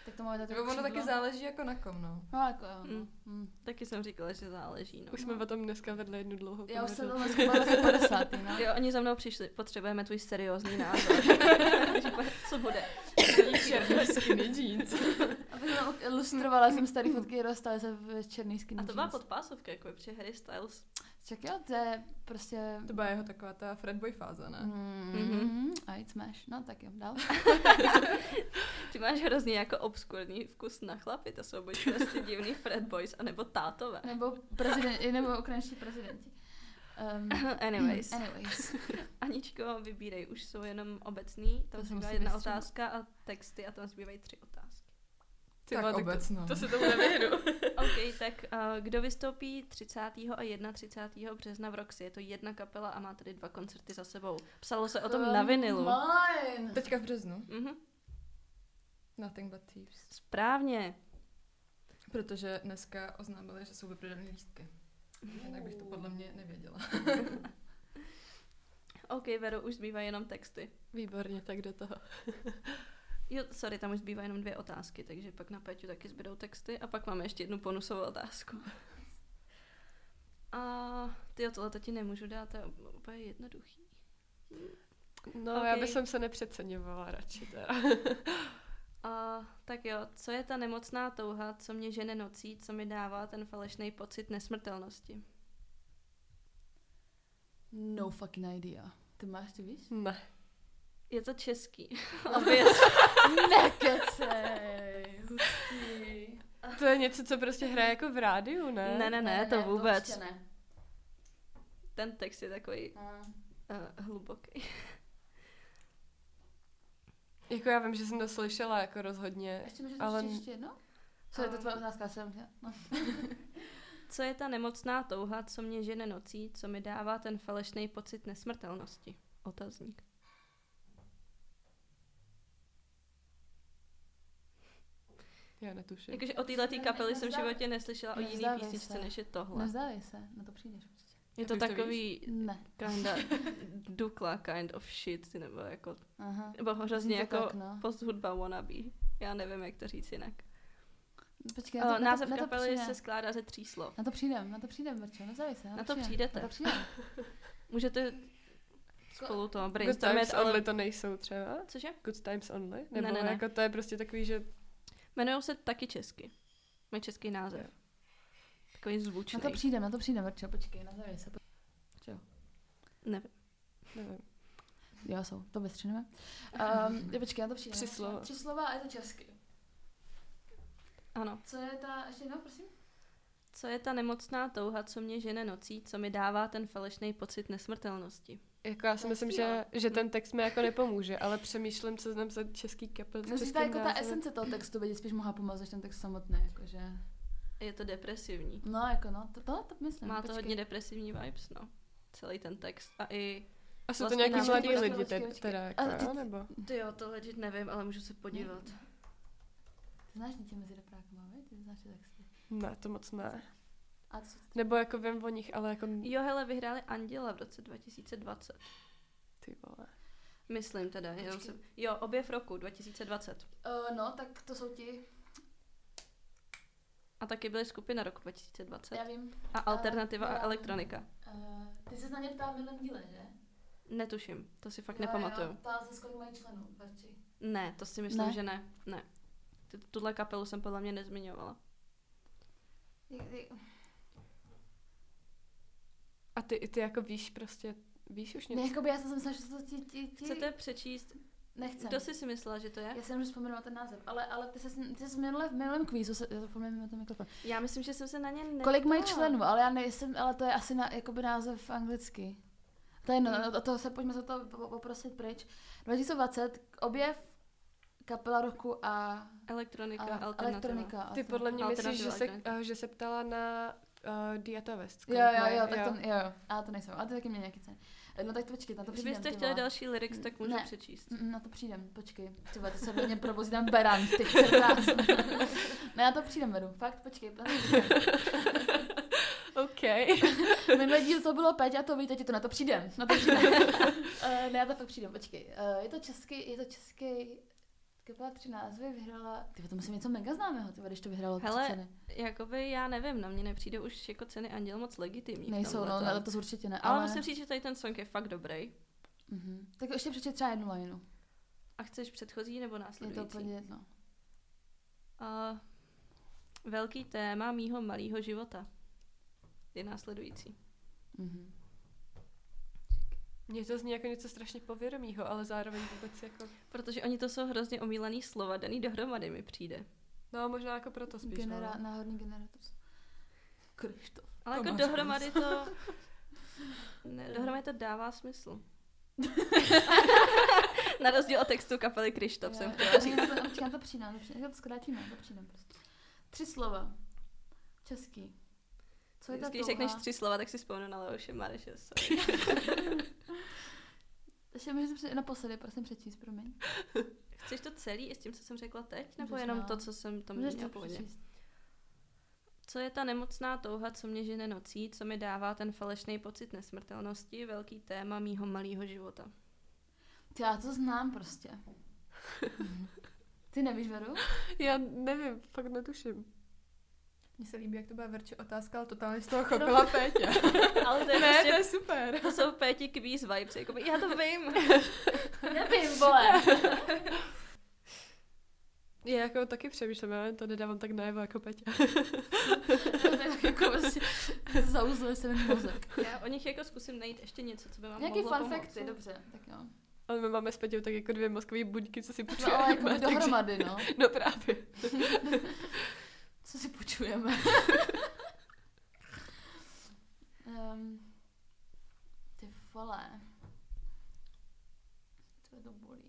Speaker 1: tak to máme dát
Speaker 3: Nebo
Speaker 1: jako
Speaker 3: ono taky
Speaker 1: křídlo.
Speaker 3: záleží jako na kom, no.
Speaker 1: No, jako jo, no.
Speaker 4: Mm.
Speaker 1: Mm.
Speaker 4: taky jsem říkala, že záleží, no.
Speaker 2: Už jsme o tom dneska vedli jednu dlouhou
Speaker 1: Já už jsem to
Speaker 2: konverzaci.
Speaker 1: dneska byla asi 50. No.
Speaker 4: Jo, oni za mnou přišli, potřebujeme tvůj seriózní názor. Říkala, Co bude?
Speaker 3: Černý skinny jeans.
Speaker 1: A pak jsem ilustrovala jsem starý fotky rozstaly se v černý skinny
Speaker 4: A to byla
Speaker 1: jeans.
Speaker 4: podpásovka, jako je při Harry Styles.
Speaker 1: Čak jo, to je prostě...
Speaker 3: To byla jeho taková ta Fredboy fáze, ne?
Speaker 1: Mm-hmm. A jít smash. No tak jo, dál.
Speaker 4: Ty máš hrozně jako obskurní vkus na chlapy, to jsou buď prostě divný Fred Boys, anebo tátové.
Speaker 1: Nebo prezident, nebo ukrajinští prezidenti. Um,
Speaker 4: Anyways.
Speaker 1: anyways.
Speaker 4: Aničko, vybírej, už jsou jenom obecný,
Speaker 1: To
Speaker 4: tam
Speaker 1: si
Speaker 4: zbývá
Speaker 1: musím
Speaker 4: jedna
Speaker 1: vystřídat.
Speaker 4: otázka a texty a tam zbývají tři otázky.
Speaker 2: Ty
Speaker 3: tak no.
Speaker 2: vole, to-
Speaker 3: obecno.
Speaker 2: To se tomu nevyhnu.
Speaker 4: OK, tak uh, kdo vystoupí 30. a 31. března v Roxy? Je to jedna kapela a má tady dva koncerty za sebou. Psalo se o tom na vinilu.
Speaker 1: Mine.
Speaker 3: Teďka v březnu.
Speaker 4: Mhm,
Speaker 3: Nothing but Thieves.
Speaker 4: správně.
Speaker 3: Protože dneska oznámili, že jsou vyprodané lístky. Jinak bych to podle mě nevěděla.
Speaker 4: OK, Vero, už zbývají jenom texty.
Speaker 2: Výborně, tak do toho.
Speaker 4: Jo, sorry, tam už zbývá jenom dvě otázky, takže pak na Peťu taky zbydou texty a pak máme ještě jednu bonusovou otázku. A ty tohle to ti nemůžu dát, to je úplně jednoduchý.
Speaker 2: No, okay. já
Speaker 4: Ok.
Speaker 2: bych se nepřeceňovala radši teda.
Speaker 4: A, tak jo, co je ta nemocná touha, co mě žene nocí, co mi dává ten falešný pocit nesmrtelnosti?
Speaker 1: No fucking idea. Ty máš, ty víš?
Speaker 2: Ne.
Speaker 4: Je to český.
Speaker 1: Nekecej, hustý.
Speaker 2: To je něco, co prostě hraje jako v rádiu, ne?
Speaker 4: ne, ne, ne, ne, to vůbec.
Speaker 1: určitě ne.
Speaker 4: Ten text je takový
Speaker 1: A
Speaker 4: uh, hluboký.
Speaker 2: Jako já vím, že jsem to slyšela jako rozhodně.
Speaker 1: ještě můžeš
Speaker 2: Ale-
Speaker 1: Ale... ještě jedno? Co je to tvoje otázka? Já Jsem... No.
Speaker 4: Co je ta nemocná touha, co mě žene nocí, co mi dává ten falešný pocit nesmrtelnosti? Otazník.
Speaker 2: Já netuším.
Speaker 4: Jakože o této
Speaker 1: Ne,
Speaker 4: kapely
Speaker 1: ne,
Speaker 4: jsem v
Speaker 1: nezdá-
Speaker 4: životě neslyšela o jiný
Speaker 1: nezdávej
Speaker 4: písničce,
Speaker 1: se.
Speaker 4: než je tohle.
Speaker 1: Nezdávej se, na to přijdeš určitě.
Speaker 4: Je to
Speaker 2: Jak už to
Speaker 4: takový
Speaker 1: Ne.
Speaker 4: kinda dukla kind of shit, nebo jako,
Speaker 1: Aha.
Speaker 4: nebo hrozně
Speaker 1: Zní to
Speaker 4: jako
Speaker 1: tak, no.
Speaker 4: post hudba wannabe. Já nevím, jak to říct jinak.
Speaker 1: Počkej,
Speaker 4: Uh, název
Speaker 1: na to
Speaker 4: kapely
Speaker 1: přijde.
Speaker 4: se skládá ze tří slov.
Speaker 1: Na to přijdem, na to přijdem, Mirčo, nezdávej se.
Speaker 4: Na to
Speaker 1: přijdem,
Speaker 4: přijdete.
Speaker 1: Na to přijdem.
Speaker 4: Můžete spolu to
Speaker 2: Good times
Speaker 4: brainstormit,
Speaker 2: only
Speaker 4: ale...
Speaker 2: to nejsou třeba.
Speaker 4: Cože?
Speaker 2: Good times only? Nebo
Speaker 4: ne, ne.
Speaker 2: jako to je prostě takový, že...
Speaker 4: Jmenují se taky česky. Mají český název. Takový
Speaker 1: Na
Speaker 4: zvučný.
Speaker 1: to přijdem, na to přijdem, Mirčo, počkej, nezdávej se.
Speaker 4: Nevím.
Speaker 2: Nevím.
Speaker 1: Jo, jsou, to vystřeneme. Um, jo, počkej, na to přijdem.
Speaker 2: Tři slova.
Speaker 1: Tři slova a je to česky.
Speaker 4: Ano.
Speaker 1: Co je ta, ještě jednou, prosím?
Speaker 4: Co je ta nemocná touha, co mě žene nocí, co mi dává ten falešný pocit nesmrtelnosti?
Speaker 2: Jako já si
Speaker 1: To je
Speaker 2: myslím, že,
Speaker 1: síla.
Speaker 2: že ten text mi jako nepomůže, ale přemýšlím, co znám za český kapel. s
Speaker 1: Musí ta
Speaker 2: českým
Speaker 1: jako ta
Speaker 2: názvem.
Speaker 1: esence toho textu vědět, spíš mohla pomoct, než ten text samotný, jakože.
Speaker 4: Je to depresivní.
Speaker 1: No, jako no, to, to, to myslím.
Speaker 4: Má to
Speaker 1: počkej.
Speaker 4: hodně depresivní vibes, no. Celý ten text. A i...
Speaker 2: A jsou to
Speaker 4: vlastně
Speaker 2: nějaký
Speaker 4: název
Speaker 2: mladí
Speaker 4: kapely.
Speaker 2: lidi
Speaker 1: Počkej,
Speaker 2: te-
Speaker 1: počkej.
Speaker 2: teda, jako,
Speaker 1: Ale ty-
Speaker 2: jo, nebo?
Speaker 4: Ty jo, to legit nevím, ale můžu se podívat.
Speaker 1: Ty znáš dítě mezi reprákama, viď? Ty znáš ty texty.
Speaker 2: Ne, to moc ne.
Speaker 1: A to jsou ty...
Speaker 2: Nebo jako vím o nich, ale jako...
Speaker 4: Jo, hele, vyhráli Anděla v roce 2020.
Speaker 2: Ty vole.
Speaker 4: Myslím teda, jenom
Speaker 1: Počkej.
Speaker 4: jsem... Jo, objev roku 2020.
Speaker 1: Uh, no, tak to jsou ti,
Speaker 4: A taky byly skupina roku 2020.
Speaker 1: já vím.
Speaker 4: A alternativa a
Speaker 1: já-
Speaker 4: elektronika.
Speaker 1: Uh, ty jsi na ně ptala v minulém díle, že?
Speaker 4: Netuším, to si fakt
Speaker 1: Jo,
Speaker 4: nepamatuju.
Speaker 1: jo, Ptala se, kolik mají členů, Barči.
Speaker 4: Ne, to si myslím,
Speaker 1: Ne.
Speaker 4: že ne. Ne. T- Tuhle kapelu jsem podle mě nezmiňovala.
Speaker 2: A ty, ty jako víš prostě, víš už
Speaker 1: Ne,
Speaker 2: něco?
Speaker 1: jakoby já jsem si myslela, že to ti, ti, ti...
Speaker 4: Chcete přečíst?
Speaker 1: Nechcem.
Speaker 4: Kdo si si myslela, že to je?
Speaker 1: Já si nemůžu vzpomenout na ten název, ale, ale ty jsi, ty jsi minule, v minulém kvízu, se, já to vzpomínám na jako ten mikrofon.
Speaker 4: Já myslím, že jsem se na ně neptala.
Speaker 1: Kolik mají členů, ale já nejsem, ale to je asi na, jakoby název anglicky. To je jedno,
Speaker 4: Mm.
Speaker 1: o toho se pojďme se to po- poprosit pryč. 2020, objev, kapela roku a,
Speaker 4: Elektronika,
Speaker 1: a
Speaker 4: alternativa.
Speaker 1: elektronika.
Speaker 2: Ty podle mě
Speaker 4: Alternativa
Speaker 2: myslíš, že se,
Speaker 4: alternativa.
Speaker 2: uh, že se ptala na uh, Diata West.
Speaker 1: Jo,
Speaker 2: kolik mají,
Speaker 1: jo, jo, tak to, jo, jo. A to nejsem, a to taky mě nějaký ceny. No tak to počkej, na to přijdem.
Speaker 4: Kdybyste
Speaker 1: ty
Speaker 4: chtěli
Speaker 1: vole.
Speaker 4: další lyrics, tak můžu
Speaker 1: Ne.
Speaker 4: přečíst.
Speaker 1: Mm, Na to přijdem, počkej. Ty vole, to se do mě provozí tam beran, ty krás. Ne, na No to přijdem, vedu. Fakt, počkej. na to přijdem.
Speaker 2: OK.
Speaker 1: Minulý díl to bylo Peť a to víte, ti to na to přijdem. Na to přijdem. Eh, ne, já to fakt přijdem, počkej. Eh, je to český, je to český Kapela tři názvy vyhrála. Ty to musím něco mega známého, ty vole, když to vyhrálo tři
Speaker 4: Hele,
Speaker 1: ceny.
Speaker 4: Jakoby já nevím, na mě nepřijde už jako ceny Anděl moc legitimní. v
Speaker 1: Nejsou, no,
Speaker 4: tomhletom.
Speaker 1: ale to určitě ne.
Speaker 4: Ale
Speaker 1: Ale,
Speaker 4: musím říct, že tady ten song je fakt dobrý.
Speaker 1: Mhm. Tak ještě přečet třeba jednu lineu.
Speaker 4: A chceš předchozí nebo
Speaker 1: Je
Speaker 4: následující?
Speaker 1: to úplně jedno.
Speaker 4: A velký téma mýho malého života je následující.
Speaker 1: Mhm.
Speaker 2: Mně to zní jako něco strašně povědomího, ale zároveň vůbec jako...
Speaker 4: Protože oni to jsou hrozně omílaný slova, daný dohromady mi přijde.
Speaker 2: No možná jako proto spíš.
Speaker 4: no.
Speaker 1: Genera-
Speaker 2: Genera...
Speaker 1: náhodný generátor. Krištof.
Speaker 4: Ale
Speaker 3: To
Speaker 4: jako
Speaker 3: má
Speaker 4: dohromady to... Ne, dohromady to dává smysl. Na rozdíl od textu kapely Krištof jsem chtěla říct.
Speaker 1: říct. Počkej, já to přijde, to přijde, to zkrátíme, to přijde prostě. Tři slova. Český. Co je ta
Speaker 4: Když
Speaker 1: touha?
Speaker 4: řekneš tři slova, tak si vzpomenu na Leoše Mareše. sorry.
Speaker 1: Ještě můžeš při- naposledy, prosím, přečíst, promiň.
Speaker 4: Chceš to celý i s tím, co jsem řekla teď? Nebo
Speaker 1: Můžeš,
Speaker 4: jenom
Speaker 1: no.
Speaker 4: to, co jsem tam
Speaker 1: Můžeš
Speaker 4: měla
Speaker 1: to
Speaker 4: původně?
Speaker 1: přečíst.
Speaker 4: Co je ta nemocná touha, co mě žene nocí, co mi dává ten falešný pocit nesmrtelnosti, velký téma mýho malého života.
Speaker 1: Ty, já to znám prostě. Ty nevíš, Veru?
Speaker 2: Já nevím, fakt netuším.
Speaker 3: Mně se líbí, jak to byla verče otázka, ale totálně z toho chopila Pétě.
Speaker 4: No. Ale to je
Speaker 3: ne, to
Speaker 4: prostě,
Speaker 3: je super.
Speaker 4: to jsou péti kvíz vibes, jakoby, já to vím.
Speaker 1: Nevím, vole.
Speaker 2: Já jako taky přemýšlím, ale to nedávám tak najevo jako Peťa.
Speaker 1: to je tak jako vlastně zauzluje se mi mozek.
Speaker 4: Já o nich jako zkusím najít ještě něco, co by vám
Speaker 1: Nějaký
Speaker 4: mohlo
Speaker 1: fun
Speaker 4: pomoct.
Speaker 1: facty, dobře. Tak jo.
Speaker 2: Ale my máme s Peťou tak jako dvě mozkové buňky, co si
Speaker 1: No, ale
Speaker 2: počujeme.
Speaker 1: jako by dohromady, no.
Speaker 2: No právě.
Speaker 1: Co si půjčujeme? um, ty vole. To je to bolí.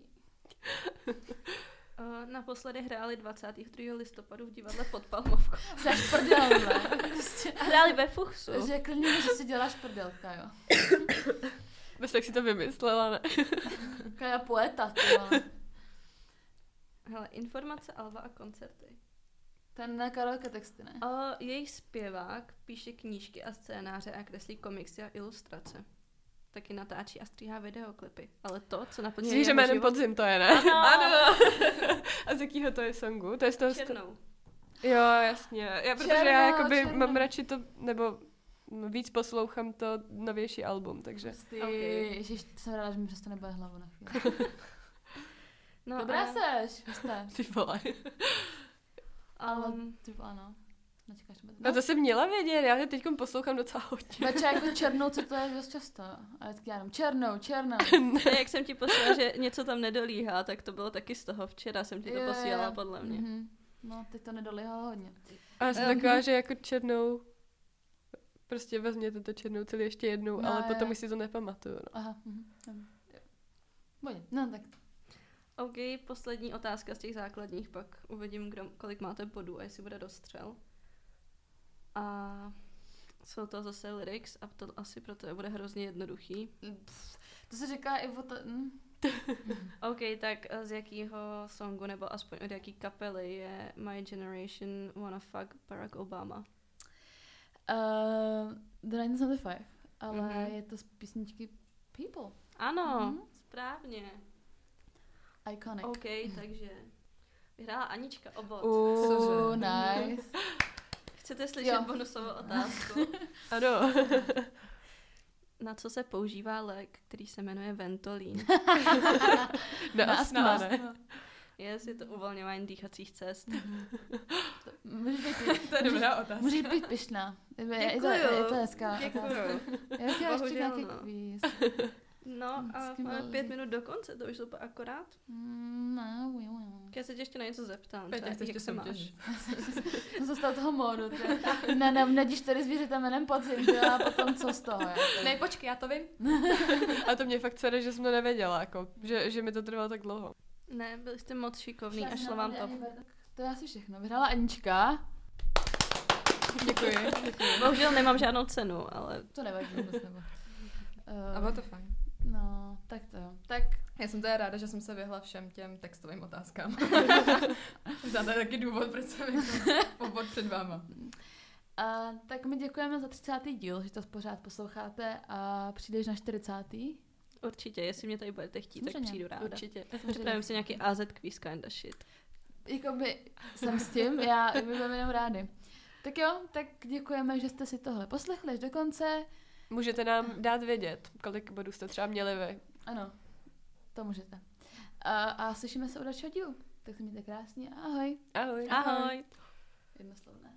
Speaker 4: Uh, naposledy hráli 22. listopadu v divadle pod Palmovkou.
Speaker 1: Jsi prdel, ne? Prostě.
Speaker 4: Hráli ve Fuchsu.
Speaker 1: Řekli mi, že si děláš prdelka, jo.
Speaker 2: Bez tak si to vymyslela, ne?
Speaker 1: Kaja poeta, ty vole.
Speaker 4: Hele, informace Alva a koncerty.
Speaker 1: Ten na Karolka texty, ne?
Speaker 4: A jejich zpěvák píše knížky a scénáře a kreslí komiksy a ilustrace. Taky natáčí a stříhá videoklipy. Ale to, co naplňuje
Speaker 2: Zvíře
Speaker 4: jeho
Speaker 2: jménem
Speaker 4: život...
Speaker 2: podzim to je, ne?
Speaker 4: Ano.
Speaker 2: ano. A z jakýho to je songu? To je z toho...
Speaker 4: Černou.
Speaker 2: Jo, jasně. Já, protože
Speaker 1: Černá,
Speaker 2: já jakoby
Speaker 1: černá.
Speaker 2: mám radši to, nebo m, víc poslouchám to novější album, takže...
Speaker 1: Ty,
Speaker 4: Okej.
Speaker 1: Ježiš, jsem ráda, že mi přesto nebude hlavu na chvíli.
Speaker 4: No
Speaker 1: Dobrá
Speaker 4: a,
Speaker 1: seš, jste.
Speaker 2: Ty vole.
Speaker 1: Ale
Speaker 4: Um,
Speaker 1: ty vole, no. Nečekáš vůbec.
Speaker 2: No to jsem měla vědět, já tě teď poslouchám docela hodně.
Speaker 1: Večer jako černou, co to je dost často. Ale tak já jenom černou, černou.
Speaker 4: to je, jak jsem ti poslala, že něco tam nedolíhá, tak to bylo taky z toho. Včera jsem ti to
Speaker 1: Jo, jo.
Speaker 4: posílala, podle mě.
Speaker 1: Mhm. No, teď to nedolíhalo hodně.
Speaker 2: A já jsem
Speaker 1: eh,
Speaker 4: Mhm.
Speaker 1: mm-hmm.
Speaker 2: taková, že jako černou... Prostě vezměte to černou celý ještě jednou,
Speaker 1: No,
Speaker 2: ale
Speaker 1: jo.
Speaker 2: potom už si to nepamatuju. No.
Speaker 1: Aha. mhm, mhm. Bodě. No tak.
Speaker 4: OK, poslední otázka z těch základních, pak uvidím, kdo, kolik máte bodů a jestli bude dostřel. A jsou to zase lyrics a to asi pro tebe bude hrozně jednoduchý.
Speaker 1: Pff, To se říká i o to... hm.
Speaker 4: OK, tak eh, z jakého songu nebo aspoň od jaký kapely je My Generation Wanna Fuck Barack Obama?
Speaker 1: Eh, The 1975. Ale
Speaker 4: Mhm.
Speaker 1: je to z písničky People.
Speaker 4: Ano,
Speaker 1: Mhm.
Speaker 4: správně.
Speaker 1: Iconic.
Speaker 4: OK, takže vyhrála Anička obod.
Speaker 1: Uh,
Speaker 3: Cože?
Speaker 1: nice.
Speaker 4: Chcete slyšet
Speaker 1: jo.
Speaker 4: bonusovou otázku?
Speaker 2: Ano. No,
Speaker 4: Na co se používá lék, který se jmenuje Ventolin?
Speaker 2: Na
Speaker 1: Na
Speaker 2: astma,
Speaker 1: astma.
Speaker 2: ne?
Speaker 4: Yes, je to uvolňování dýchacích cest.
Speaker 1: To- Můžeš být, pěš-
Speaker 3: To je dobrá otázka.
Speaker 1: můžeš být pišná. Je, je, to,
Speaker 4: Děkuju.
Speaker 1: je to hezká otázka.
Speaker 4: Děkuju.
Speaker 1: Já bych chtěla ještě
Speaker 4: Bohužel,
Speaker 1: nějaký
Speaker 4: no.
Speaker 1: kvíz.
Speaker 4: No a
Speaker 1: Hezky
Speaker 4: máme
Speaker 1: malý.
Speaker 4: pět minut do konce, to už jsou akorát.
Speaker 1: Mm, No, jo, jo.
Speaker 4: Já se tě ještě na něco zeptám.
Speaker 3: Peťa,
Speaker 4: třeba,
Speaker 3: chceš
Speaker 4: jak
Speaker 3: tu
Speaker 4: se máš?
Speaker 3: soutěž?
Speaker 1: Jsem se stala toho módu. to je- Ne, ne, nedíš tady zvířata jménem podzim, to a potom co z toho. Jako.
Speaker 3: Ne, počkej, já to vím.
Speaker 2: A to mě fakt sere, že jsem to nevěděla, jako, že, že mi to trvalo tak dlouho.
Speaker 4: Ne, byli jste moc šikovný
Speaker 1: Já
Speaker 4: a
Speaker 1: jsem na
Speaker 4: šlo vám to.
Speaker 1: Ani Berta- To je asi všechno. Vyhrála Anička.
Speaker 2: Děkuji.
Speaker 4: Bohužel nemám žádnou cenu, ale
Speaker 1: To nevadí vůbec nebo. Eh,
Speaker 3: A bylo to fajn.
Speaker 1: No, tak to jo.
Speaker 3: Tak já jsem teda ráda, že jsem se vyhla všem těm textovým otázkám. Znáte taky důvod, proč jsem jako pobod před váma.
Speaker 1: A, tak my děkujeme za 30. díl, že to pořád posloucháte a přijdeš na 40.
Speaker 4: určitě, jestli mě tady budete chtít, tak
Speaker 1: Samozřejmě,
Speaker 4: přijdu ráda.
Speaker 2: Určitě.
Speaker 4: Připravím si nějaký AZ quiz kind of shit.
Speaker 1: Jakoby jsem s tím, já my budeme jenom rádi. Tak jo, tak děkujeme, že jste si tohle poslechli až do konce.
Speaker 2: Můžete nám dát vědět, kolik bodů jste třeba měli vy.
Speaker 1: Ano, to můžete. A, a slyšíme se u dalšího dílu. Tak se mějte krásně. Ahoj.
Speaker 2: Ahoj.
Speaker 4: Ahoj.
Speaker 1: Jednoslovné.